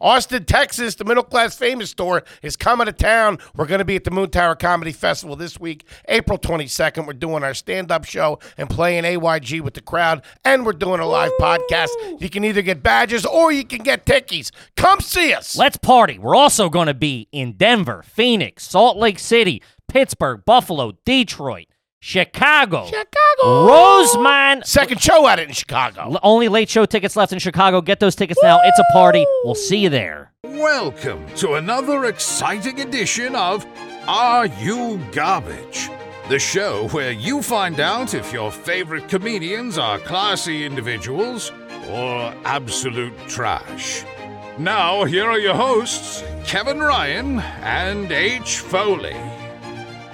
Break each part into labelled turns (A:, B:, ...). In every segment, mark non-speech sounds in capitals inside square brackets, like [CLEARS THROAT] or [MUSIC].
A: Austin, Texas, the Middle Class Famous Store is coming to town. We're going to be at the Moon Tower Comedy Festival this week, April 22nd. We're doing our stand up show and playing AYG with the crowd, and we're doing a live podcast. You can either get badges or you can get tickies. Come see us.
B: Let's party. We're also going to be in Denver, Phoenix, Salt Lake City, Pittsburgh, Buffalo, Detroit, Chicago,
A: Chicago.
B: Rosemont.
A: Second show at it in Chicago.
B: L- Only late show tickets left in Chicago. Get those tickets now. It's a party. We'll see you there.
C: Welcome to another exciting edition of Are You Garbage? The show where you find out if your favorite comedians are classy individuals or absolute trash. Now, here are your hosts, Kevin Ryan and H. Foley.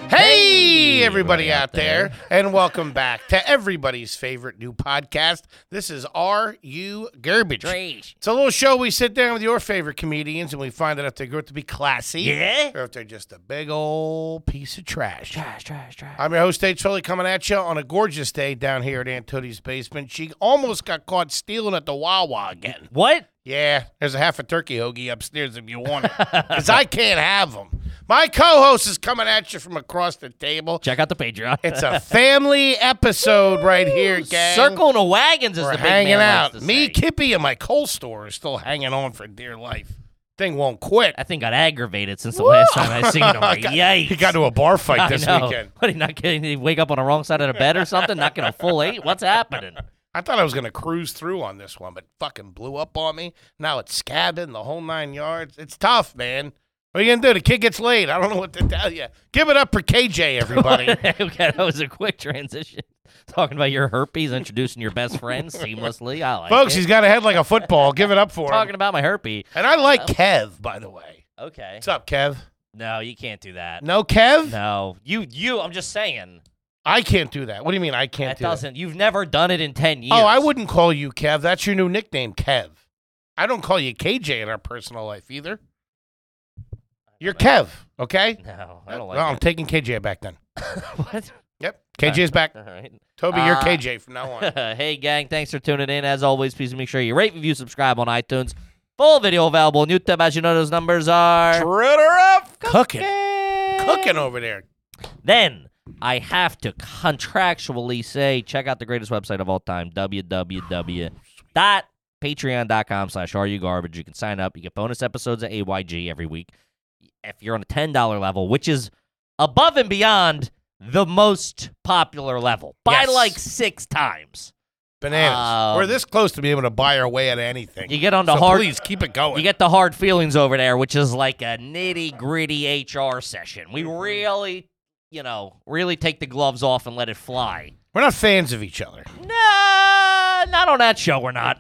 A: Hey, everybody out there, and welcome back to everybody's favorite new podcast. This is Are You Garbage? It's a little show we sit down with your favorite comedians and we find out if they grow up to be classy
B: Yeah?
A: or if they're just a big old piece of trash.
B: Trash, trash, trash.
A: I'm your host, Dave Tully, coming at you on a gorgeous day down here at Aunt Tootie's basement. She almost got caught stealing at the Wawa again.
B: What?
A: Yeah, there's a half a turkey hoagie upstairs if you want it, because I can't have them. My co-host is coming at you from across the table.
B: Check out the Patreon. [LAUGHS]
A: It's a family episode right here, gang.
B: Circle in a wagons is
A: We're
B: the big
A: hanging
B: man likes
A: out.
B: to
A: Me,
B: say.
A: Kippy, and my coal store are still hanging on for dear life. Thing won't quit.
B: That thing got aggravated since the last
A: [LAUGHS]
B: time I seen him. Yikes.
A: He got to a bar fight
B: [LAUGHS] I
A: this
B: know.
A: weekend.
B: What, he not getting? Did he wake up on the wrong side of the bed or something? Not getting a full eight? What's happening?
A: I thought I was going to cruise through on this one, but fucking blew up on me. Now it's scabbing the whole nine yards. It's tough, man. What are you going to do? The kid gets laid. I don't know what to tell you. Give it up for KJ,
B: [LAUGHS]
A: everybody.
B: okay, that was a quick transition. Talking about your herpes, introducing your best friend seamlessly. I like
A: Folks,
B: it.
A: he's got a head like a football. Give it up for
B: talking
A: him.
B: about my herpes.
A: And I like Kev, by the way.
B: Okay.
A: What's up, Kev?
B: No, you can't do that.
A: No, Kev?
B: No, you, you. I'm just saying
A: I can't do that. What do you mean I can't
B: that
A: do that?
B: doesn't. You've never done it in ten years.
A: Oh, I wouldn't call you Kev. That's your new nickname, Kev. I don't call you KJ in our personal life either. You're Kev, okay?
B: [LAUGHS] No, I don't
A: well,
B: like
A: I'm taking KJ back then.
B: it. [LAUGHS] what?
A: Yep. KJ's back.
B: All right. [LAUGHS]
A: Toby, you're
B: Uh,
A: KJ from now on.
B: hey, gang, thanks for tuning in. As always, please make sure you rate, review, subscribe on iTunes. Full video available on YouTube. As you know, those numbers are.
C: Ritter up!
A: Cooking. Cooking over there.
B: Then I have to contractually say, check out the greatest website of all time, www.patreon.com slash garbage. You can sign up. You get bonus episodes of AYG every week. If you're on a $10 level, which is above and beyond the most popular level by
A: Yes.
B: like six times.
A: Bananas.
B: Um,
A: We're this close to being able to buy our way out of anything.
B: You get on the
A: so
B: hard.
A: please keep it going.
B: You get the hard feelings over there, which is like a nitty gritty HR session. We
A: Mm-hmm.
B: really, you know, really take the gloves off and let it fly.
A: We're not fans of each other
B: No, not on that show. We're not.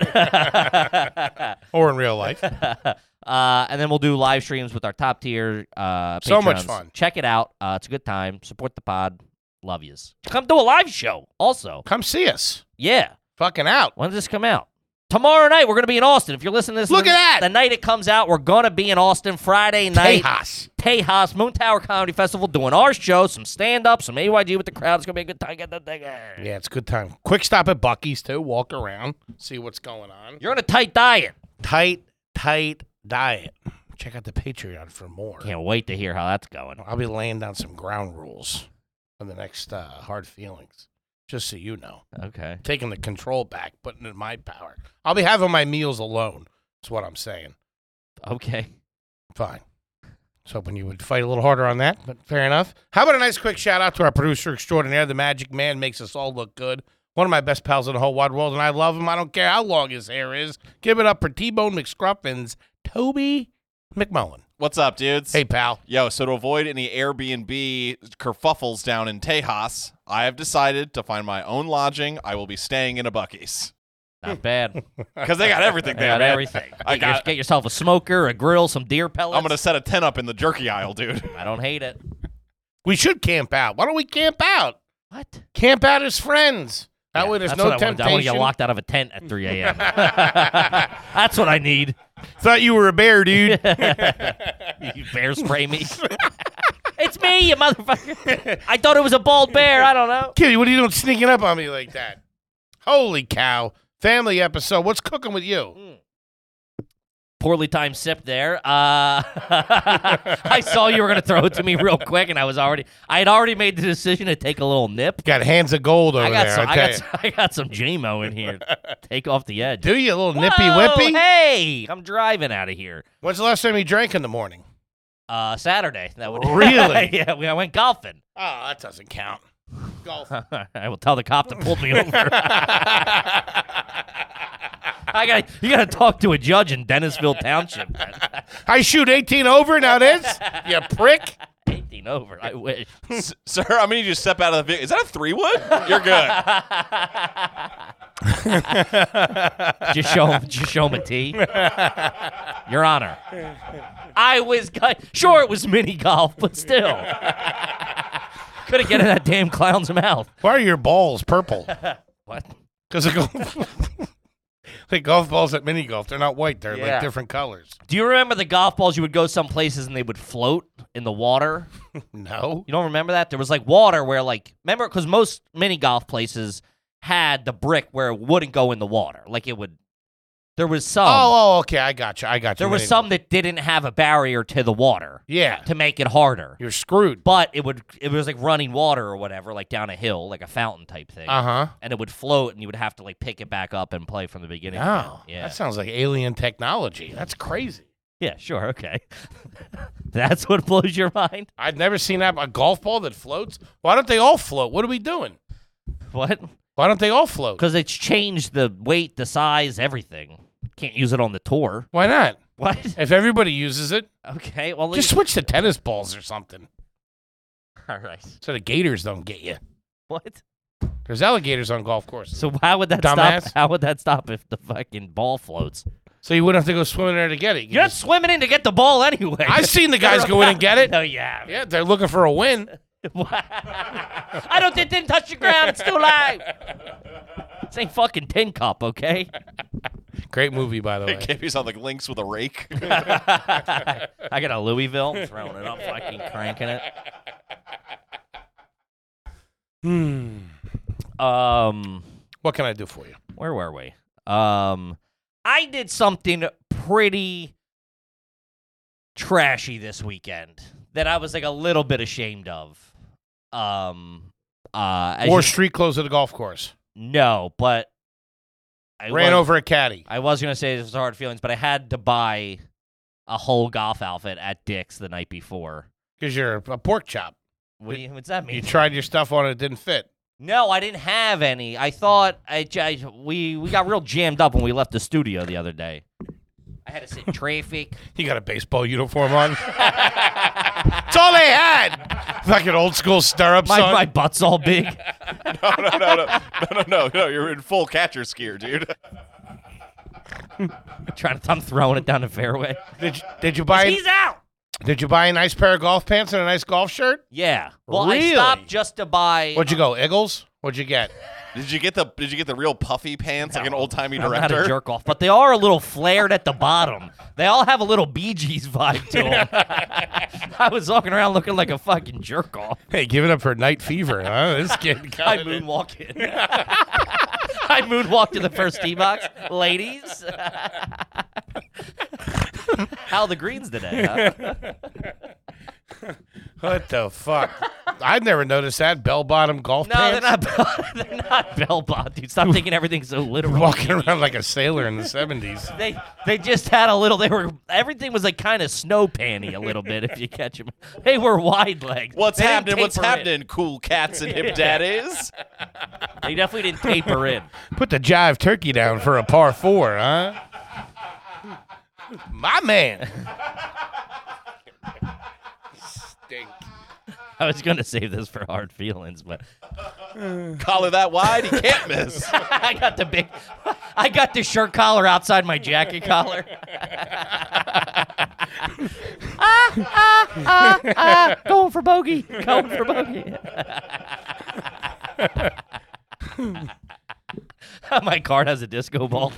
A: or in real life.
B: [LAUGHS] uh, and then we'll do live streams with our top tier. Uh,
A: So much
B: patrons.
A: fun.
B: Check it out. Uh, it's a good time. Support the pod. Love yous. Come do a live show. Also,
A: Come see us.
B: yeah.
A: Fucking out.
B: When does this come out? Tomorrow night, we're going to be in Austin. If you're listening to this,
A: Look
B: the,
A: at that!
B: The night it comes out, we're going to be in Austin Friday night.
A: Tejas.
B: Tejas, Moon Tower Comedy Festival, doing our show, some stand up, some AYG with the crowd. It's going to be a good time. Get the thing.
A: Yeah, it's a good time. Quick stop at Bucky's too. Walk around, see what's going on.
B: You're on a tight diet.
A: Tight, tight diet. Check out the Patreon for more.
B: Can't wait to hear how that's going.
A: I'll be laying down some ground rules for the next uh, hard feelings. Just so you know,
B: Okay.
A: taking the control back, putting it in my power. I'll be having my meals alone. That's what I'm saying.
B: Okay.
A: Fine. I was hoping you would fight a little harder on that, but fair enough. How about a nice quick shout out to our producer extraordinaire, the Magic Man, makes us all look good. One of my best pals in the whole wide world, and I love him. I don't care how long his hair is. Give it up for T Bone McScruffins, Toby McMullen.
D: What's up, dudes?
A: Hey, pal.
D: Yo, so to avoid any Airbnb kerfuffles down in Tejas, I have decided to find my own lodging. I will be staying in a Bucky's.
B: Not bad.
D: Because
B: [LAUGHS]
D: they got everything
B: I
D: there,
B: got
D: man.
B: everything.
D: I
B: Get your-
D: got-
B: get yourself a smoker, a grill, some deer pellets.
D: I'm going to set a tent up in the jerky
B: [LAUGHS]
D: aisle, dude.
B: I don't hate it.
A: We should camp out. Why don't we camp out?
B: What?
A: Camp out as friends. That
B: Yeah,
A: way there's
B: that's
A: no
B: what I wanna do.
A: temptation.
B: I want to get locked out of a tent at 3 a.m. [LAUGHS] that's what I need.
A: Thought you were a bear, dude. [LAUGHS]
B: You bear spray me. [LAUGHS] it's me, you motherfucker. I thought it was a bald bear. I don't know.
A: Kitty, what are you doing sneaking up on me like that?
B: Hmm.
A: Holy cow. Family episode. What's cooking with you?
B: poorly timed sip there. Uh, [LAUGHS] I saw you were going to throw it to me real quick, and I was already, I had already made the decision to take a little nip.
A: Got hands of gold over
B: I got,
A: there.
B: some,
A: I
B: I,
A: tell
B: got
A: ya.
B: some, [LAUGHS] I got some JMO in
A: [LAUGHS]
B: here. Take off the edge.
A: Do you a little nippy
B: Whoa,
A: whippy?
B: Hey, I'm driving out of here.
A: When's the last time you drank in the morning?
B: Uh, Saturday. That would [LAUGHS]
A: Really?
B: yeah, we, I went golfing. [LAUGHS]
A: Oh, that doesn't count. Golf.
B: I will tell the cop
A: [LAUGHS]
B: to pull me over. [LAUGHS] I got you. Got to talk to a judge in Dennisville Township. man. [LAUGHS]
A: I shoot 18 over now, this? You prick.
B: 18 over. I wish.
D: S- sir, I'm gonna need you to step out of the vehicle. Is that a three wood? You're good.
B: [LAUGHS] just show him, just show him
A: [LAUGHS]
B: a T. Your Honor, I was gu- sure it was mini golf, but still, couldn't get in that damn clown's mouth.
A: Why are your balls purple?
B: What?
A: Because the golf, [LAUGHS] the golf balls at mini golf, they're not white. They're
B: Yeah.
A: like different colors.
B: Do you remember the golf balls? You would go some places and they would float in the water.
A: No.
B: You don't remember that? There was like water where like remember because most mini golf places had the brick where it wouldn't go in the water. Like it would. There was some.
A: oh, oh, okay. I got you. I got you.
B: there was
A: Mini
B: some
A: golf.
B: that didn't have a barrier to the water
A: Yeah.
B: to make it harder.
A: You're screwed.
B: But it would it was like running water or whatever, like down a hill, like a fountain type thing.
A: Uh huh.
B: and it would float and you would have to like pick it back up and play from the beginning. again.
A: Oh,
B: Yeah.
A: that sounds like alien technology. That's crazy.
B: yeah, sure, okay. [LAUGHS] That's what blows your mind. [LAUGHS]
A: I've never seen that a golf ball that floats. Why don't they all float? What are we doing?
B: What?
A: Why don't they all float?
B: Because it's changed the weight, the size, everything. Can't use it on the tour. [LAUGHS]
A: Why not?
B: What?
A: If everybody uses it,
B: Okay. Well,
A: just switch to tennis balls or something,
B: [LAUGHS] all right.
A: so the gators don't get you.
B: What?
A: There's alligators on golf courses,
B: So how would that
A: Dumbass.
B: stop? How would that stop if the fucking ball floats?
A: so you wouldn't have to go swimming there to get it. You
B: You're not
A: just-
B: swimming in to get the ball anyway.
A: I've seen the
B: [LAUGHS]
A: guys go in and get it.
B: No, yeah.
A: Yeah, they're looking for a win.
B: I don't. It didn't touch the ground. It's still alive. This ain't fucking tin cup, okay? [LAUGHS]
A: Great movie, by the way.
D: Gaby's on like links with a rake. [LAUGHS]
B: I got a Louisville. I'm throwing it. I'm fucking cranking it. Um,
A: Hmm. What can I do for you?
B: where were we? Um, I did something pretty trashy this weekend that I was like a little bit ashamed of. Um, uh, as
A: Wore
B: you-
A: street clothes at a golf course.
B: no, but I
A: Ran
B: was-
A: over a caddy.
B: I was gonna say this was hard feelings, but I had to buy a whole golf outfit at Dick's the night before.
A: Because you're a pork chop.
B: What do you, what's that
A: You
B: mean?
A: tried your stuff on it, it didn't fit.
B: No, I didn't have any. I thought I, j- I- we we got real jammed up when we left the studio the other day. I had
A: [LAUGHS]
B: to sit in traffic.
A: You got a baseball uniform [LAUGHS] on. That's all they had. Fucking old school stirrups
B: My
A: on.
B: my butt's all big. [LAUGHS]
D: no, no, no, no, no, no, no, no. You're in full catcher's gear, dude.
B: trying to I'm throwing it down the fairway.
A: [LAUGHS] Did you, did you buy
B: He's out.
A: did you buy a nice pair of golf pants and a nice golf shirt?
B: Yeah. Well, I
A: Really?
B: stopped just to buy.
A: What'd you go, Eagles? What'd you get?
D: Did you get the Did you get the real puffy pants like an old timey
B: I'm not
D: director?
B: a jerk off, but they are a little flared at the bottom. They all have a little Bee Gees vibe to them.
A: [LAUGHS]
B: [LAUGHS] I was walking around looking like a fucking jerk off.
A: Hey, give it up for night fever, huh? This kid [LAUGHS]
B: I
A: got it.
B: moonwalk in. [LAUGHS] I moonwalk to the first tee box, ladies. [LAUGHS] How the greens today? huh?
A: What the [LAUGHS] fuck? I've never noticed that bell bottom golf
B: No, they're
A: pants.
B: not. Bell, [LAUGHS] they're not bell bottom, dude. Stop thinking everything's so literal.
A: Walking around like a sailor in the seventies.
B: They they just had a little. They were everything was like kind of snow panty a little bit. If you catch them, they were wide legs.
D: What's
B: They didn't
D: happening? What's
B: taper in.
D: happening? Cool cats and
B: [LAUGHS]
D: hip daddies.
B: They definitely didn't taper in.
A: Put the jive turkey down for a par four, huh? My man. Stink.
B: I was gonna save this for hard feelings, but
D: Collar that wide, he can't miss. [LAUGHS]
B: [LAUGHS] I got the big, I got the shirt collar outside my jacket collar. ah, ah, ah, ah, [LAUGHS] going for bogey, going for bogey. [LAUGHS] my card has a disco ball.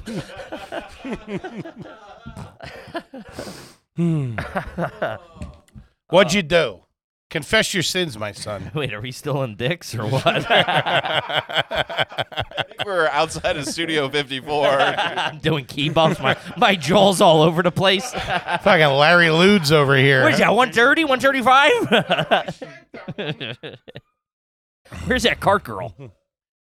B: [LAUGHS]
A: What'd you do?
B: [LAUGHS]
A: Confess your sins, my son.
B: Wait, are we still in dicks or what?
D: We're outside of Studio 54.
B: [LAUGHS] I'm doing key bumps. My my jaw's all over the place.
A: Fucking Larry Ludes over here.
B: Where's that? 130? 135? [LAUGHS] Where's that cart girl?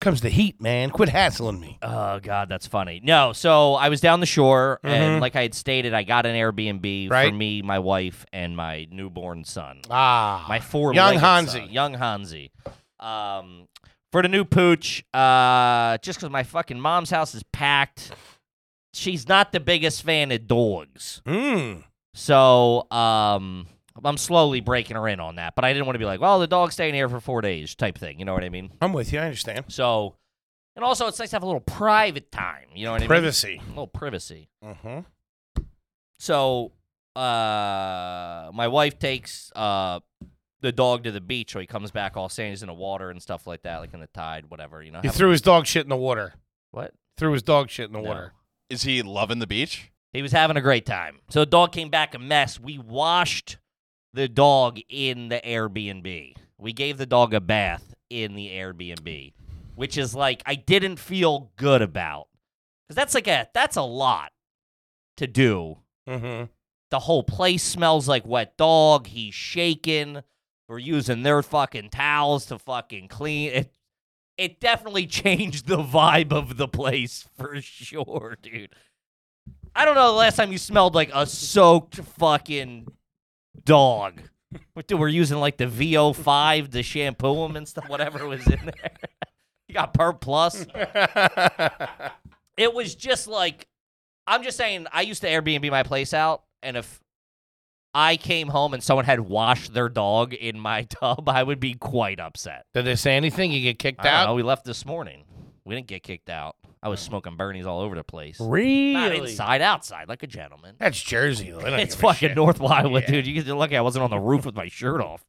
A: Comes the heat, man. Quit hassling me.
B: Oh God, that's funny. No, so I was down the shore,
A: Mhm.
B: and like I had stated, I got an Airbnb
A: Right.
B: for me, my wife, and my newborn son,
A: Ah,
B: my four
A: young Hansi.
B: young Hansi. Um, for the new pooch, uh, just because my fucking mom's house is packed, she's not the biggest fan of dogs. Hmm.
A: Mm.
B: So um, I'm slowly breaking her in on that, but I didn't want to be like, well, the dog's staying here for four days type thing. You know what I mean?
A: I'm with you. I understand.
B: So, and also it's nice to have a little private time. You know what
A: Privacy.
B: I mean? A little privacy.
A: Mm-hmm.
B: So uh, my wife takes uh, the dog to the beach, so he comes back all saying he's in the water and stuff like that, like in the tide, whatever. You know?
A: He
B: have a-
A: threw his dog shit in the water.
B: what?
A: Threw his dog shit in the
B: No.
A: water.
D: Is he loving the beach?
B: He was having a great time. So the dog came back a mess. We washed the dog in the Airbnb. We gave the dog a bath in the Airbnb, which is like I didn't feel good about. Cuz that's like a that's a lot to do.
A: Mm-hmm.
B: The whole place smells like wet dog. He's shaking. We're using their fucking towels to fucking clean it. It definitely [LAUGHS] changed the vibe of the place [LAUGHS] for sure, dude. I don't know the last time you smelled like a soaked fucking dog. What, Dude, we're using like the VO5 to shampoo him and stuff, whatever was in there. [LAUGHS] you got Per Plus it was just like I'm just saying I used to Airbnb my place out and if I came home and someone had washed their dog in my [LAUGHS] tub, I would be quite upset.
A: Did they say anything? You get kicked
B: I don't know,
A: out?
B: we left this morning. We didn't get kicked out. I was smoking Bernies all over the place. Not
A: Really?
B: inside, outside, like a gentleman.
A: That's Jersey. Though. They don't
B: It's
A: give a
B: fucking
A: shit.
B: North Wildwood,
A: Yeah.
B: dude. You get lucky I wasn't on the roof with my shirt off.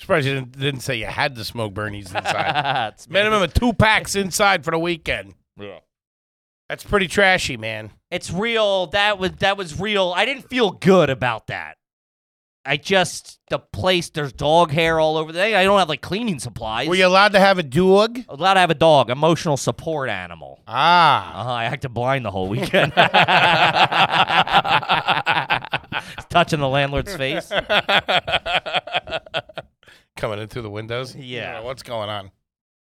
A: Surprised you didn't, didn't say you had to smoke Bernie's
B: [LAUGHS]
A: inside.
B: It's
A: Minimum of two packs inside for the weekend.
B: Yeah.
A: That's pretty trashy, man.
B: It's real. That was that was real. I didn't feel good about that. I just the place. There's dog hair all over there. I don't have like cleaning supplies.
A: Were you allowed to have a dog?
B: I'm allowed to have a dog, emotional support animal. [LAUGHS]
A: Ah.
B: Uh-huh, I acted blind the whole weekend. [LAUGHS] Touching the landlord's face.
A: Coming in through the windows?
B: Yeah.
A: What's going on?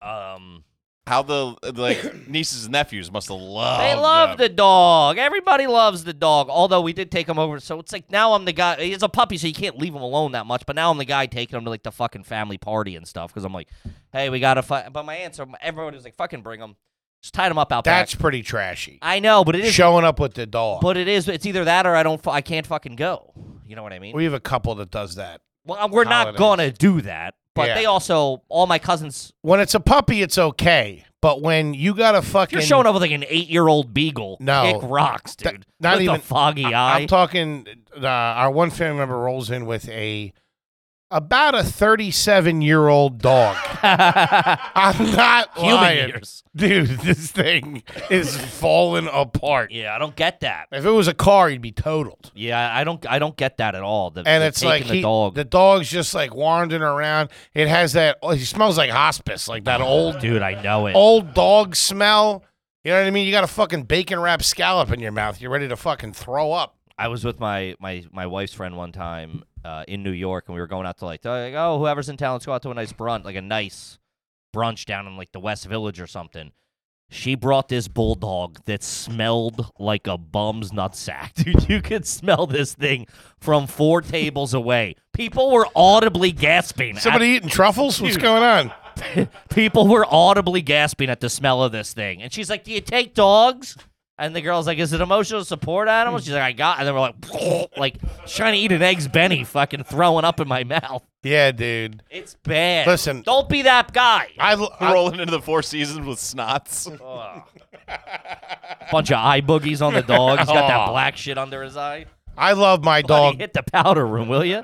B: Um,
D: How the like nieces and nephews must have loved.
A: Oh,
B: they love
D: them.
B: the dog. Everybody loves the dog. Although we did take him over, so it's like now I'm the guy. He's a puppy, so you can't leave him alone that much. But now I'm the guy taking him to like the fucking family party and stuff because I'm like, hey, we gotta. Fi-. But my answer, everyone was like, fucking bring him. Just tied him up out
A: That's
B: back.
A: pretty trashy.
B: I know, but it is.
A: Showing up with the dog.
B: But it is. It's either that or I don't. fu- I can't fucking go. You know what I mean?
A: we have a couple that does that.
B: Well, we're not
A: holidays.
B: gonna do that. But
A: Yeah.
B: they also, all my cousins,
A: When it's a puppy, it's okay. But when you got a
B: if
A: fucking.
B: you're showing up with like an eight-year-old beagle,
A: No.
B: kick rocks,
A: Th-
B: dude.
A: not
B: with
A: even-
B: the foggy eye.
A: I'm talking. Uh, our one family member rolls in with a about a 37 year old
B: [LAUGHS]
A: dog. I'm not
B: Human
A: lying,
B: years.
A: dude. This thing is falling apart.
B: Yeah, I don't get that.
A: If it was a car, he'd be totaled.
B: Yeah, I don't, I don't get that at all. The,
A: And
B: the
A: it's
B: taking
A: like
B: the
A: he-
B: dog,
A: the dog's just like wandering around. It has that. Oh, he smells like hospice, like that old
B: dude. I know it.
A: old dog smell. You know what I mean? You got a fucking bacon wrap scallop in your mouth. You're ready to fucking throw up.
B: I was with my my my wife's friend one time uh, in New York, and we were going out to like, like, oh, whoever's in town, let's go out to a nice brunch, like a nice brunch down in like the West Village or something. She brought this bulldog that smelled like a bum's nutsack. [LAUGHS] Dude, you could smell this thing from four tables away. People were audibly gasping. at-
A: Somebody eating truffles? What's going on?
B: people were audibly gasping at the smell of this thing. And she's like, Do you take dogs? And the girl's like, Is it emotional support animal? She's like, I got and then we're like [LAUGHS] like trying to eat an eggs Benny fucking throwing up in my mouth.
A: Yeah, dude.
B: It's bad.
A: Listen.
B: Don't be that guy.
A: I, I
D: Rolling into the Four Seasons with snots.
B: Ugh. Bunch of eye boogies on the dog. He's got [LAUGHS] that black shit under his eye.
A: I love my
B: Buddy,
A: dog.
B: hit the powder room, will you?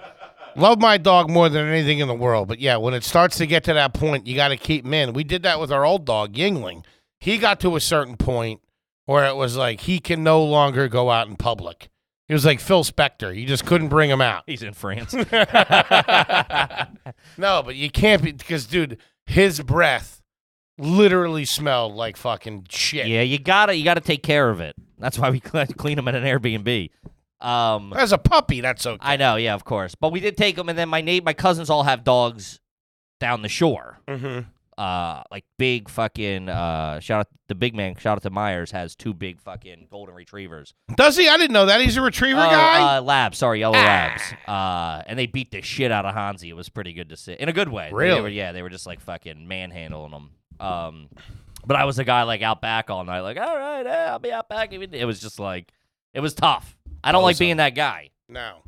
A: Love my dog more than anything in the world. But yeah, when it starts to get to that point, you got to keep him in. We did that with our old dog, Yingling. He got to a certain point where it was like he can no longer go out in public. He was like Phil Spector. You just couldn't bring him [LAUGHS] out.
B: He's in France.
A: No, but you can't be because, dude, his breath literally smelled like fucking shit.
B: [LAUGHS] Yeah, you gotta you gotta take care of it. That's why we [LAUGHS] cl- clean them at an Airbnb. Um,
A: As a puppy, that's okay.
B: I know, yeah, of course. But we did take them, and then my na- my cousins all have dogs down the shore.
A: [LAUGHS] mm-hmm. [LAUGHS]
B: Uh, like big fucking uh, shout out the big man. Shout out to Myers has two big fucking golden retrievers.
A: Does he? I didn't know that. He's a retriever
B: Oh,
A: guy.
B: Uh, labs, sorry, yellow labs. Uh, and they beat the shit out of Hansi. It was pretty good to see in a good way. They
A: Really?
B: were- yeah, they were just like fucking manhandling them. Um, but I was the guy like out back all night, like all right, eh, I'll be out back. Even it was just like it was tough. I don't like
A: Awesome.
B: being that guy,
A: no.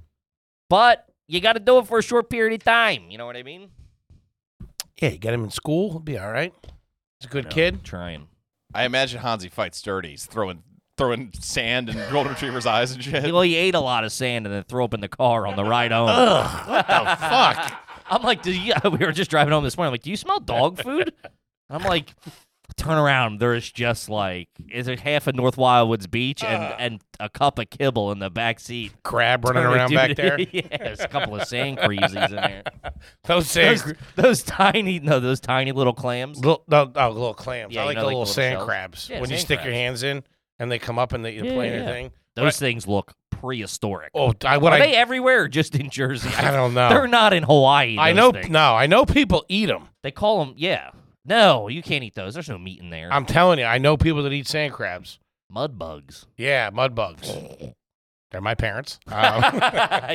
B: but you got to do it for a short period of time. You know what I mean?
A: Yeah, you got him in school. He'll be all right. He's a good
B: You know,
A: kid.
B: trying.
D: I imagine Hansi fights dirty. He's throwing throwing sand and golden retriever's eyes and shit.
B: Well, he ate a lot of sand and then threw up in the car on the ride home.
A: What the fuck?
B: I'm like, do you, [LAUGHS] we were just driving home this morning. I'm like, do you smell dog food? I'm like, turn around. There's just like, is it half of North Wildwood's beach and, and a cup of kibble in the back seat?
A: Crab running
B: Turn it,
A: around
B: dude. [LAUGHS]
A: back there.
B: yeah, there's a couple of
A: [LAUGHS]
B: sand creasies in there.
A: Those sand,
B: Those, those tiny, no, those tiny little clams.
A: little, no, oh, little clams.
B: Yeah,
A: I
B: you
A: like
B: know,
A: the
B: like the
A: little
B: little
A: sand
B: shells.
A: crabs
B: Yeah,
A: when you
B: sand
A: stick your
B: crabs.
A: hands in and they come up and they you
B: Yeah,
A: play
B: yeah,
A: your
B: yeah.
A: thing.
B: Those things look prehistoric.
A: Oh, I what
B: Are
A: I
B: they everywhere or just in Jersey?
A: [LAUGHS] I don't
B: [LAUGHS]
A: know.
B: They're not in Hawaii.
A: I
B: those
A: know
B: things.
A: no, I know people eat them.
B: They call them, yeah. No, you can't eat those. There's no meat in there.
A: I'm telling you, I know people that eat sand crabs. [LAUGHS]
B: Mud bugs. [LAUGHS]
A: Yeah, mud bugs. They're my parents. Um,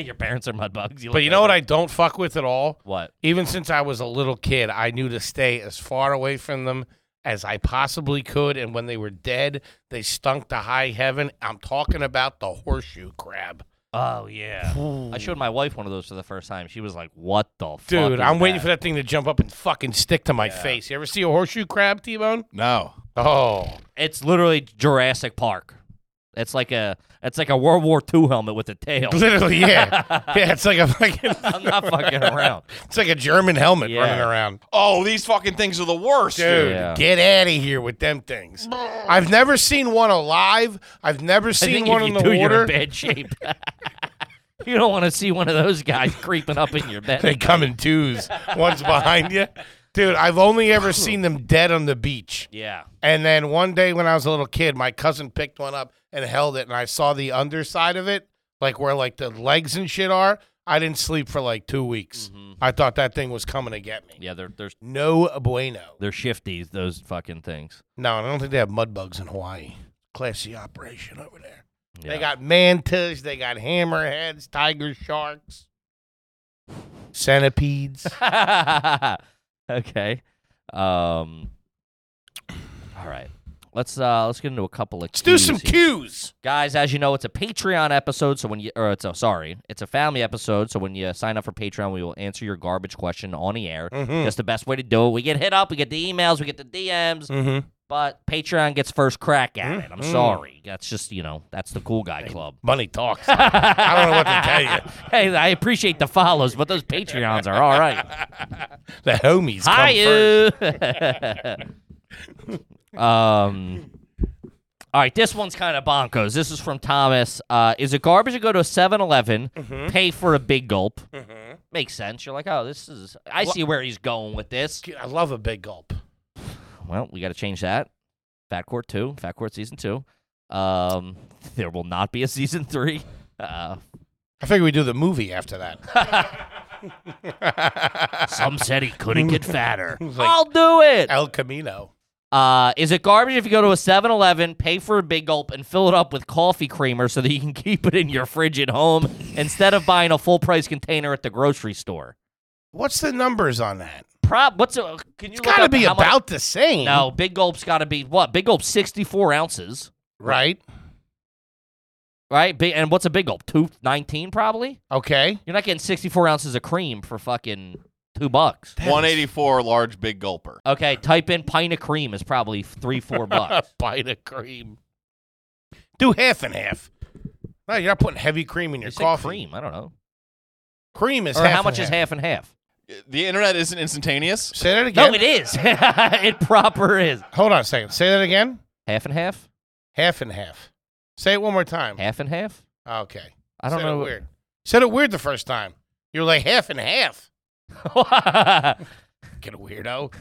B: Your parents are mud bugs.
A: but you know what I don't fuck with at all?
B: What?
A: Even since I was a little kid, I knew to stay as far away from them as I possibly could. And when they were dead, they stunk to high heaven. I'm talking about the horseshoe crab.
B: Oh yeah. I showed my wife one of those for the first time. She was like, "What the fuck?"
A: Dude,
B: is
A: I'm waiting
B: that?"
A: for that thing to jump up and fucking stick to my face. You ever see a horseshoe crab, T Bone?
D: no.
A: Oh.
B: It's literally Jurassic Park. It's like a it's like a World War II helmet with
A: [LAUGHS]
B: a tail.
A: [LAUGHS] Literally, yeah.
B: [LAUGHS]
A: yeah, it's like a fucking
B: I'm not fucking around.
A: it's like a German helmet
B: Yeah.
A: running around.
D: Oh, these fucking things are the worst.
A: Dude,
B: Yeah.
A: get out of here with them things. I've never seen one alive. I've never
B: I
A: seen
B: think
A: one
B: if
A: in
B: you
A: the
B: do, you're
A: water.
B: in bad
A: [LAUGHS]
B: shape. [LAUGHS] you don't want to see one of those guys creeping up in your bed.
A: They come in
B: [LAUGHS]
A: twos. One's behind you. Dude, I've only ever seen them dead on the beach.
B: yeah.
A: And then one day when I was a little kid, my cousin picked one up and held it, and I saw the underside of it, like where like the legs and shit are. I didn't sleep for like two weeks. I thought that thing was coming to get me.
B: Mm-hmm. Yeah, they're they're
A: No bueno.
B: they're shifties, those fucking things.
A: No, and I don't think they have mud bugs in Hawaii. Classy operation over there.
B: Yeah.
A: They got mantas, they got hammerheads, tiger sharks, centipedes. [LAUGHS]
B: [LAUGHS] okay. Um. All right. Let's uh let's get into a couple of
A: Let's do some
B: cues. here.
A: cues.
B: guys. As you know, it's a Patreon episode, so when you or it's a sorry, it's a family episode. So when you sign up for Patreon, we will answer your garbage question on the air.
A: Mhm.
B: That's the best way to do it. We get hit up, we get the emails, we get the DMs,
A: Mm-hmm.
B: but Patreon gets first crack at it. I'm sorry. That's just you know that's the cool guy club.
A: Money talks. I don't know what
B: [LAUGHS]
A: to
B: hey, I appreciate the follows, but those Patreons are all right.
A: tell you. The homies. come
B: Hi
A: first.
B: you. [LAUGHS] um. All right, this one's kind of bonkers. This is from Thomas. Uh, is it garbage to go to a 7 11 pay for a big gulp? Makes sense. You're like, oh, this is. I see where he's going with this.
A: I love a big gulp.
B: Well, we got to change that. Fat Court 2, Fat Court Season 2. Um, there will not be a Season 3. Uh,
A: I figure we do the movie after that.
B: [LAUGHS] some said he couldn't get fatter. I'll do it.
A: El Camino.
B: Uh, is it garbage if you go to a 7 Eleven, pay for a big gulp, and fill it up with coffee creamer so that you can [LAUGHS] keep it in your fridge at home instead of buying a full price container at the grocery store?
A: What's the numbers on that?
B: Prob what's a, can you
A: It's
B: look
A: got to
B: up
A: be
B: how much-
A: about the same.
B: no, big gulp's got to be what? Big gulp 64 ounces,
A: Right?
B: right? Big, and what's a big gulp? 219 probably?
A: Okay.
B: You're not getting 64 ounces of cream for fucking 2 bucks.
D: 184 large big gulper.
B: Okay, type in pint of cream is probably 3
A: [LAUGHS]
B: 4 bucks.
A: Bite of cream. Do half and half. No, you're not putting heavy cream in your
B: You said
A: coffee.
B: cream, I don't know.
A: Cream is
B: Or
A: half
B: how
A: and
B: much is
A: half.
B: half and half?
D: The internet isn't instantaneous.
A: Say that
B: No,
A: again.
B: it is. [LAUGHS] it proper is.
A: Hold on a second. Say that again.
B: Half and half?
A: Half and half. Say it one more time.
B: Half and half?
A: Okay.
B: I don't
A: Said It
B: know.
A: weird. Said it weird the first time. You were like half and half.
B: what-
A: Get a weirdo.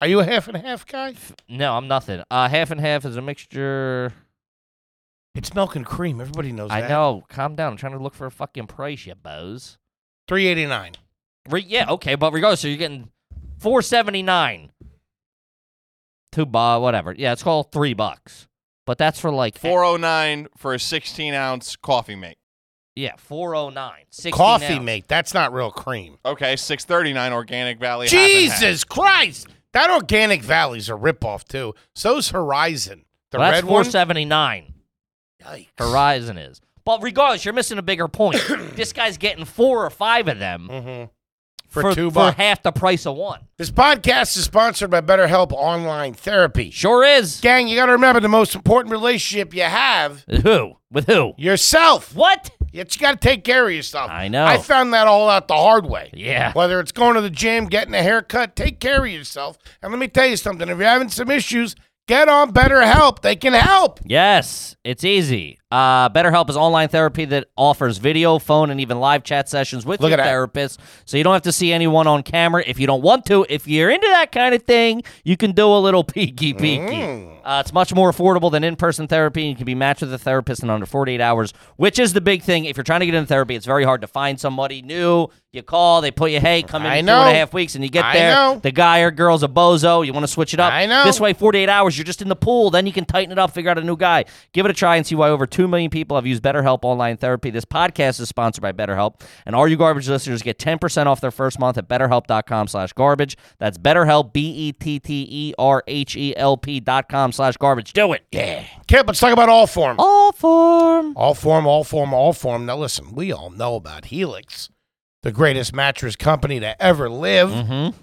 A: Are you a half and half guy?
B: [LAUGHS] No, I'm nothing. Uh, half and half is a mixture.
A: It's milk and cream. Everybody knows
B: I
A: that.
B: know. Calm down. I'm trying to look for a fucking price, you bows.
A: Three eighty nine.
B: Re- yeah, okay, but regardless, so you're getting four seventy nine. Two ba whatever. Yeah, it's called three bucks. But that's for like
D: Four oh nine for a sixteen ounce coffee mate.
B: Yeah, four oh nine.
A: Coffee mate. That's not real cream.
D: Okay, six thirty nine Organic Valley. half and half.
A: Jesus Christ! That Organic Valley's a ripoff too. So's Horizon. The
B: that's
A: red
B: four
A: one.
B: seventy nine.
A: Yikes.
B: Horizon is. But regardless, you're missing a
A: [COUGHS]
B: bigger point. this guy's getting four or five of them
A: hmm For,
B: for,
A: two
B: for
A: bucks.
B: half the price of one.
A: this podcast is sponsored by BetterHelp Online Therapy.
B: Sure is.
A: Gang, you got to remember the most important relationship you have
B: Who? With who?
A: yourself.
B: What?
A: You just got to take care of yourself.
B: I know.
A: I found that all out the hard way.
B: Yeah.
A: Whether it's going to the gym, getting a haircut, take care of yourself. And let me tell you something if you're having some issues, get on BetterHelp. They can help.
B: Yes, it's easy. Uh, BetterHelp is online therapy that offers video, phone, and even live chat sessions with
A: Look
B: your
A: at that.
B: therapist. So you don't have to see anyone on camera if you don't want to. If you're into that kind of thing, you can do a little [LAUGHS] peeky peeky.
A: Mm.
B: Uh, it's much more affordable than in person therapy. and You can be matched with a therapist in under 48 hours, which is the big thing. If you're trying to get into therapy, it's very hard to find somebody new. You call, they put you, hey, come in
A: I
B: in two and
A: know.
B: a half weeks, and you get
A: I
B: there.
A: know.
B: The guy or girl's a bozo. You want to switch it up.
A: I know.
B: This way, way 48 hours you're just in the pool then you can tighten it up figure out a new guy give it a try and see why over 2 million people have used betterhelp online therapy this podcast is sponsored by betterhelp and all you garbage listeners get 10% off their first month at betterhelp.com slash garbage that's betterhelp E b-e-t-t-e-r-h-e-l-p E dot com slash garbage do it yeah
A: Kip, let's talk about all form.
B: all form
A: All form, all form, all form. Now listen, we all know about Helix, the greatest mattress company to ever live.
B: mm-hmm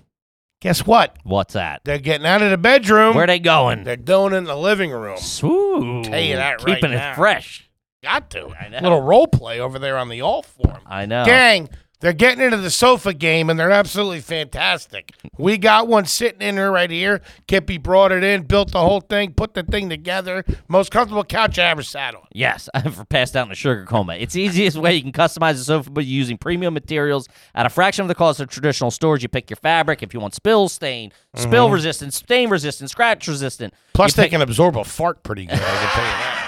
A: Guess what?
B: what's that
A: They're getting out of the bedroom.
B: where they going
A: They're doing it in the living room.
B: Swoo.
A: Tell you that right
B: keeping
A: now.
B: it fresh
A: Got to.
B: I know.
A: Little role play over there on the all form.
B: i know
A: Gang, they're getting into the sofa game and they're absolutely fantastic. We got one sitting in here right here. Kippy brought it in, built the whole thing, put the thing together. Most comfortable couch I ever sat on.
B: Yes, [LAUGHS] I've passed out in a sugar coma. It's the easiest way you can customize the sofa by using premium materials at a fraction of the cost of traditional stores. You pick your fabric if you want spill stain, spill resistant, stain resistant, scratch resistant.
A: Plus,
B: you
A: they can absorb a fart pretty good. I can tell you that.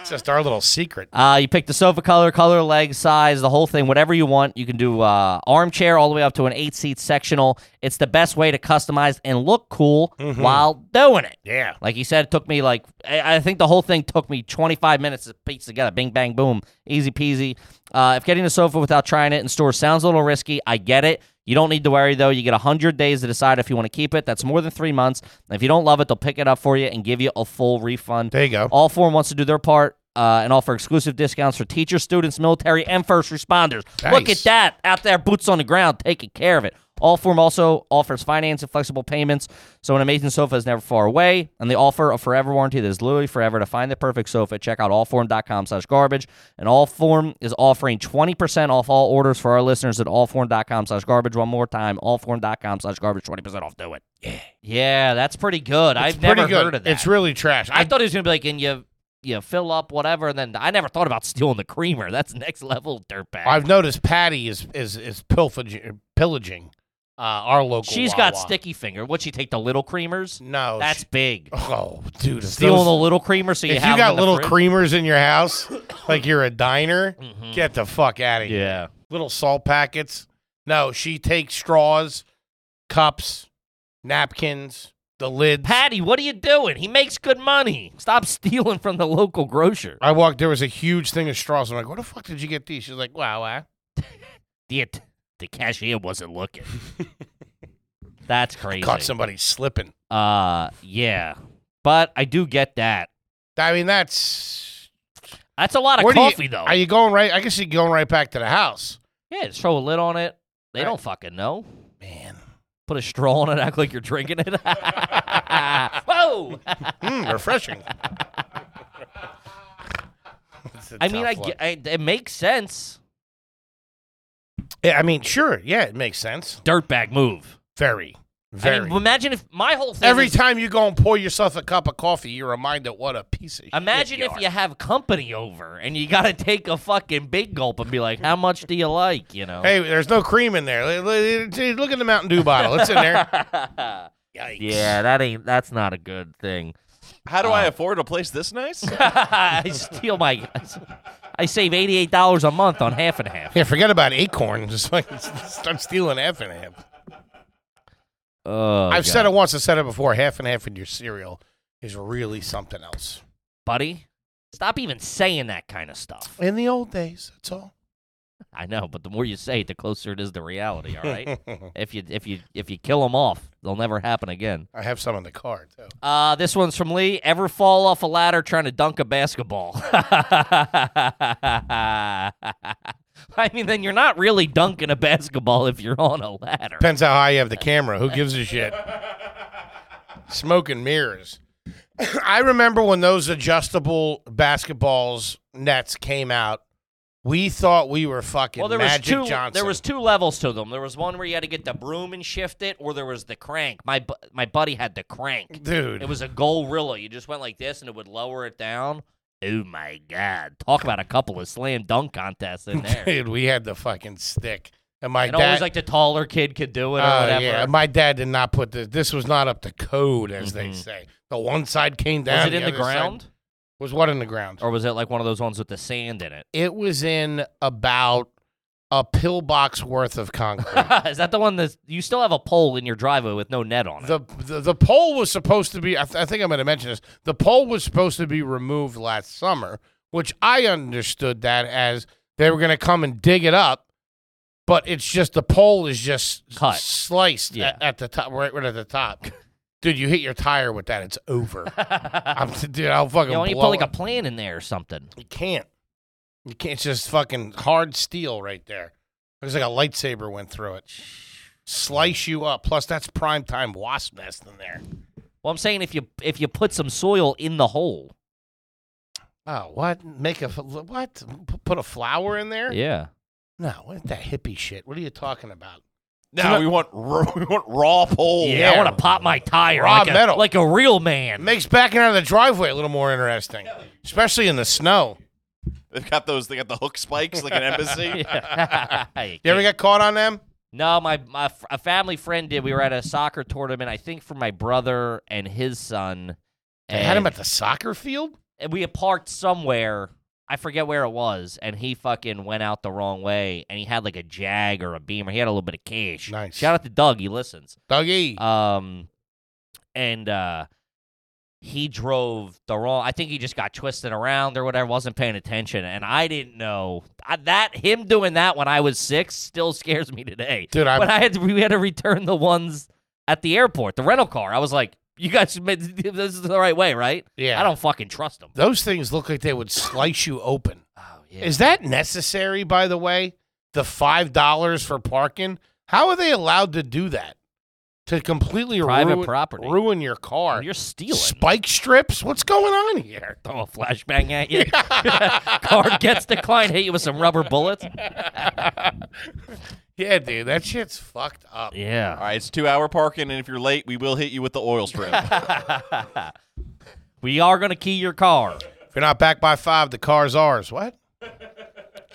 A: It's just our little secret.
B: Uh, you pick the sofa color, color, leg size, the whole thing, whatever you want. You can do uh, armchair all the way up to an eight seat sectional. It's the best way to customize and look cool while doing it.
A: Yeah.
B: Like you said, it took me like I I think the whole thing took me 25 minutes to piece together. Bing, bang, boom, easy peasy. Uh, if getting a sofa without trying it in store sounds a little risky, I get it. You don't need to worry though. You get 100 days to decide if you want to keep it. That's more than three months. And if you don't love it, they'll pick it up for you and give you a full refund.
A: There you go.
B: All Form wants to do their part uh, and offer exclusive discounts for teachers, students, military, and first responders. Look
A: Nice.
B: at that out there, boots on the ground, taking care of it. All Form also offers finance and flexible payments, so an amazing sofa is never far away. And they offer a forever warranty that is literally forever. To find the perfect sofa, check out allform.com slash garbage. And All Form is offering 20% off all orders for our listeners at allform.com slash garbage. One more time, allform.com slash garbage, 20% off. Do it. Yeah. Yeah, that's pretty good. I've
A: Pretty
B: never
A: good.
B: heard of that.
A: It's really trash.
B: I
A: I,
B: thought he was gonna be like, and you you fill up whatever, and then I never thought about stealing the creamer. [LAUGHS] That's next level dirtbag.
A: I've noticed Patty is is is pilfaging, pillaging uh, our local.
B: She's
A: Wawa.
B: got sticky finger. Would she take the little creamers?
A: No,
B: That's
A: she-
B: big.
A: oh, dude. if
B: Stealing
A: those-
B: the little creamer, so you
A: if
B: have
A: you got
B: them in the
A: little
B: fridge?
A: creamers in your house, like you're a diner,
B: Mhm.
A: get the fuck out of here.
B: Yeah.
A: Little salt packets. No, she takes straws, cups, napkins, the lids.
B: Patty, what are you doing? He makes good money. Stop stealing from the local grocer.
A: I walked. There was a huge thing of straws. I'm like, "Where the fuck did you get these?" She's like, "Wow, wow."
B: The, the cashier wasn't
A: [LAUGHS]
B: looking. That's crazy.
A: caught somebody slipping.
B: Uh, yeah, but I do get that.
A: I mean, that's
B: That's a lot of
A: Where do you-
B: coffee, though.
A: Are you going right? I guess you're going right back to the house,
B: Yeah, just throw a lid on it. They
A: Right.
B: don't fucking know.
A: man.
B: Put a straw on it, [LAUGHS] act like you're drinking [LAUGHS] it. Whoa! [LAUGHS]
A: Mm, refreshing.
B: I mean, I, ge- I- it makes sense.
A: Yeah, I mean, sure. Yeah, it makes sense.
B: Dirtbag move.
A: Very,
B: I
A: very.
B: mean, imagine if my whole thing.
A: Every
B: is-
A: time you go and pour yourself a cup of coffee, you're reminded what a piece of. shit
B: Imagine if
A: are.
B: you have company over and you gotta take a fucking big gulp and be like, "How much do you [LAUGHS] like?" You know. [LAUGHS]
A: Hey, there's no cream in there. L- l- l- Look at the Mountain Dew bottle. It's in there. Yikes.
B: Yeah, that ain't that's not a good thing.
D: How do I
B: Uh,
D: afford a place
A: [LAUGHS]
D: this nice?
B: [LAUGHS] I steal my I save eighty-eight dollars a month on half and half.
A: Yeah, forget about Acorn. [LAUGHS] Just like start stealing half and half.
B: Oh,
A: I've said
B: God.
A: it once, I said it before. Half and half in your cereal is really something else.
B: buddy. Stop even saying that kind of stuff.
A: In the old days, that's all.
B: I know, but the more you say it, the closer it is to reality.
A: [LAUGHS]
B: All right. if you if you if you kill them off, they'll never happen again.
A: I have some in the car too.
B: Uh, this one's from Lee. Ever fall off a ladder trying to dunk a basketball? [LAUGHS] I mean, then you're not really dunking a basketball if you're on a ladder.
A: Depends how high you have the camera. Who gives a shit? Smoke and mirrors. I remember when those adjustable basketballs nets came out. We thought we were fucking
B: Well, there
A: Magic
B: was two.
A: Johnson.
B: There was two levels to them. There was one where you had to get the broom and shift it, or there was the crank. My bu- my buddy had the crank.
A: dude.
B: It was a gorilla. You just went like this, and it would lower it down. Oh my god! Talk about a couple of slam dunk contests in
A: [LAUGHS]
B: there.
A: dude. We had the fucking stick, and my
B: and
A: dad.
B: always like the taller kid could do it or
A: Oh,
B: whatever.
A: yeah, my dad did not put this. This was not up to code, as they
B: Mhm.
A: say. The one side came
B: was
A: down.
B: it in the
A: other side-
B: ground,
A: Was what in the ground?
B: or was it like one of those ones with the sand in it? [LAUGHS]
A: It was in about a pillbox worth of concrete.
B: Is that the one that you still have a pole in your driveway with no net on it?
A: the, the the pole was supposed to be. I, th- I think I'm going to mention this. The pole was supposed to be removed last summer, which I understood that as they were going to come and dig it up, but it's just the pole is just s-
B: Cut.
A: sliced
B: Yeah.
A: at, at the top, right, right at the top. [LAUGHS] Dude, you hit your tire with that, it's
B: [LAUGHS]
A: over. I'm, dude, I'll fucking
B: you know, you
A: blow
B: put like a
A: up.
B: plan in there or something.
A: You can't. You can't. It's just fucking hard steel right there. Looks like a lightsaber went through it. Slice you up. Plus, that's prime time wasp nest in there.
B: Well, I'm saying if you if you put some soil in the hole,
A: Oh, what? Make a f- what? P- Put a flower in there?
B: yeah.
A: No, what that hippie shit? What are you talking about?
D: No, we want raw, [LAUGHS] we want raw poles.
B: Yeah, I want to pop my tire
A: Raw
B: like a,
A: metal.
B: like a real man.
A: It makes backing out of the driveway a little more interesting, especially in the snow.
D: They've got those. They got the hook spikes like
A: [LAUGHS]
D: an embassy.
B: [LAUGHS] Yeah. [LAUGHS]
A: You ever get caught on them?
B: No, my, my f- a family friend did. We were at a soccer tournament, I think, for my brother and his son.
A: They
B: and,
A: had them at the soccer field.
B: and we had parked somewhere. I forget where it was, and he fucking went out the wrong way, and he had like a jag or a beamer. He had a little bit of cash.
A: Nice.
B: Shout out to Doug. He listens.
A: Dougie.
B: Um, and uh, he drove the wrong. I think he just got twisted around or whatever. Wasn't paying attention, and I didn't know I, that him doing that when I was six still scares me today.
A: Dude, I-
B: but I had to, we had to return the ones at the airport, the rental car. I was like, you guys, made, [LAUGHS] this is the right way, right?
A: yeah.
B: I don't fucking trust them.
A: Those things look like they would slice you open.
B: Oh yeah.
A: Is that necessary, by the way? The $5 for parking? How are they allowed to do that? To completely
B: Private
A: ruin,
B: property.
A: ruin your car?
B: you're stealing?
A: Spike strips? What's going on here?
B: Throw a flashbang at [LAUGHS] you. Card gets declined. Hit you with some rubber bullets.
A: Yeah, dude, that shit's fucked up.
D: All
B: Yeah.
D: right, it's two hour parking, and if you're late, we will hit you with the
A: [LAUGHS]
D: oil strip.
B: we are gonna key your car.
A: If you're not back by five, the car's ours. What? [LAUGHS]